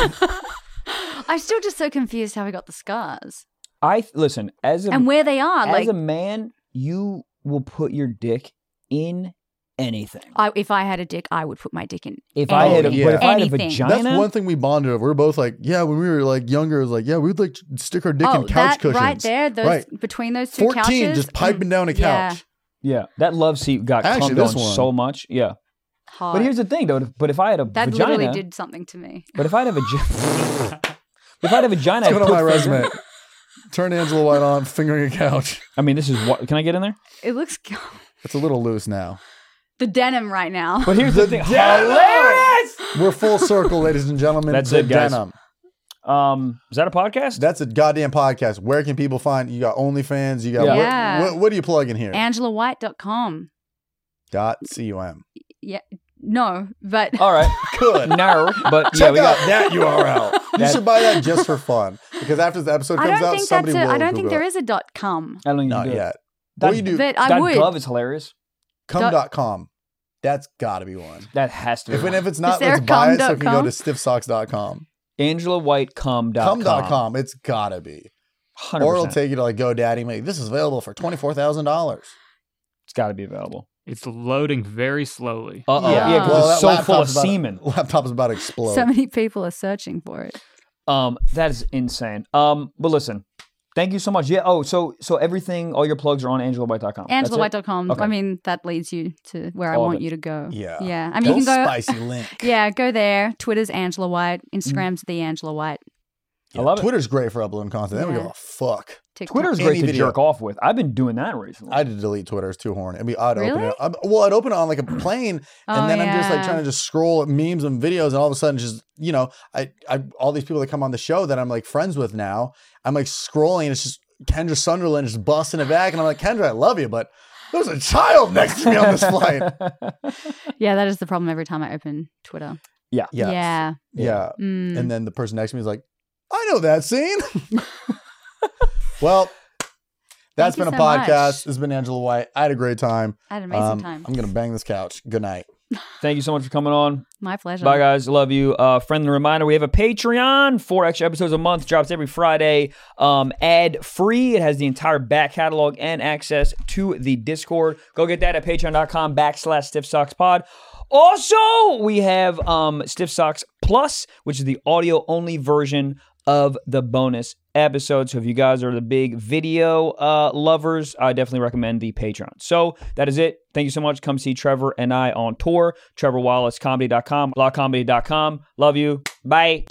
S2: I'm still just so confused how we got the scars
S1: I listen as a
S2: and where they are.
S1: as
S2: Like,
S1: a man, you will put your dick in anything.
S2: I, if I had a dick, I would put my dick in.
S1: If I had a
S3: Anything.
S1: but if I had a
S2: Anything.
S1: vagina,
S3: Oh, That's one thing we bonded over. We were both like, yeah, when we were like younger, it was like, yeah, we would like stick our dick
S2: oh,
S3: in couch
S2: that
S3: cushions.
S2: right there, those
S3: Right.
S2: between those two
S3: 14,
S2: couches. mm,
S3: just piping down a
S2: Yeah.
S3: couch.
S1: yeah, that love seat got
S3: Actually,
S1: clumped
S3: this
S1: on
S3: one.
S1: so much. Yeah,
S2: hard.
S1: But here's the thing, though. But if I had a
S2: that
S1: vagina,
S2: literally did something to me.
S1: but if I had a vagina, if I had a
S2: Oh,
S1: vagina, I'd
S3: Put it on
S1: put
S3: my
S1: fingers-
S3: resume. Turn Angela White on, fingering a couch.
S1: I mean, this is what. Can I get in there?
S2: It looks
S3: It's a little loose now.
S2: the denim right now.
S1: But here's the, thing. Hilarious!
S3: We're full circle, ladies and gentlemen.
S1: That's
S3: The
S1: it, guys.
S3: Denim.
S1: Um, is that a podcast?
S3: That's a goddamn podcast. Where can people find you? Got OnlyFans? You got
S1: Yeah.
S3: what,
S2: Yeah.
S3: what? What do you plug in here?
S2: AngelaWhite.com.
S3: Dot cum.
S2: No, but
S1: All right.
S3: Good.
S1: No, but yeah,
S3: Check
S1: we
S3: out
S1: got.
S3: that URL. you
S1: That-
S3: should buy that just for fun because after the episode
S2: I
S3: comes
S2: don't
S3: out,
S2: think
S3: somebody
S2: that's a.
S3: will.
S2: I don't
S3: Google
S2: think there
S3: it.
S2: is a dot com.
S1: I don't even
S3: Not
S1: do it.
S3: yet.
S1: That-
S3: What do you do?
S2: But I
S1: That
S2: would.
S1: glove is hilarious.
S3: Cum.com. That's got to be one.
S1: That has to be.
S3: If, and
S1: one.
S3: if it's not,
S2: there
S3: let's
S2: a
S3: buy it
S2: cum
S3: so we can go
S2: .com?
S3: to stiffsocks.com.
S1: AngelaWhiteCum.com.
S3: Cum.com. It's got to be.
S1: 100%.
S3: Or it'll take you to like GoDaddy. Like, this is available for $24,000.
S1: It's got to be available.
S4: It's loading very slowly.
S1: Uh oh.
S2: Yeah.
S1: Yeah, because
S2: Well,
S3: that
S1: it's so full of
S3: laptop's about-
S1: semen.
S3: Laptop's about to explode.
S2: So many people are searching for it.
S1: Um, that is insane. Um, but listen, thank you so much. Yeah. Oh, so so everything, all your plugs are on AngelaWhite.com. That's it?
S2: AngelaWhite.com.
S1: Okay.
S2: I mean, that leads you to where
S1: All
S2: I
S1: of
S2: want
S1: it.
S2: you to go.
S3: Yeah.
S2: Yeah. I mean,
S3: Little
S2: you can go.
S3: spicy link.
S2: Yeah, go there. Twitter's Angela White.
S3: Mm.
S2: Instagram's the Angela White.
S1: I love it.
S3: Twitter's great for uploading content. They don't
S2: Yeah.
S3: give a fuck.
S2: TikTok.
S1: Twitter's
S3: Any
S1: great to
S3: video.
S1: jerk off with. I've been doing that recently.
S3: I had to delete Twitter. It's too horny. I mean, I'd open
S2: Really?
S3: it. I'm, well, I'd open it on like a plane, and
S2: Oh,
S3: then I'm just like
S2: yeah.
S3: trying to just scroll at memes and videos, and all of a sudden, just you know, I, I all these people that come on the show that I'm like friends with now, I'm like scrolling. And it's just Kendra Sunderland just busting it back, and I'm like, Kendra, I love you, but there's a child next to me on this flight.
S2: Yeah, that is the problem every time I open Twitter.
S1: yeah.
S3: Yeah, yeah.
S2: Yeah. Mm.
S3: Uh, And then the person next to me is like, I know that scene. well.
S2: Thank
S3: that's been
S2: you so
S3: a
S2: much.
S3: podcast. This has been Angela White. I had a great time.
S2: I had an amazing
S3: Um,
S2: time.
S3: I'm gonna bang this couch. Good night.
S1: Thank you so much for coming on.
S2: My pleasure.
S1: Bye, guys. Love you. Uh, friendly reminder: we have a Patreon. Four extra episodes a month. Drops every Friday. Um, ad free. It has the entire back catalog and access to the Discord. Go get that at patreon.com backslash Stiff Socks Pod. Also, we have um, Stiff Socks Plus, which is the audio only version of the bonus episode. So if you guys are the big video uh, lovers, I definitely recommend the Patreon. So that is it. Thank you so much. Come see Trevor and I on tour. TrevorWallaceComedy.com, LawComedy.com. Love you. Bye.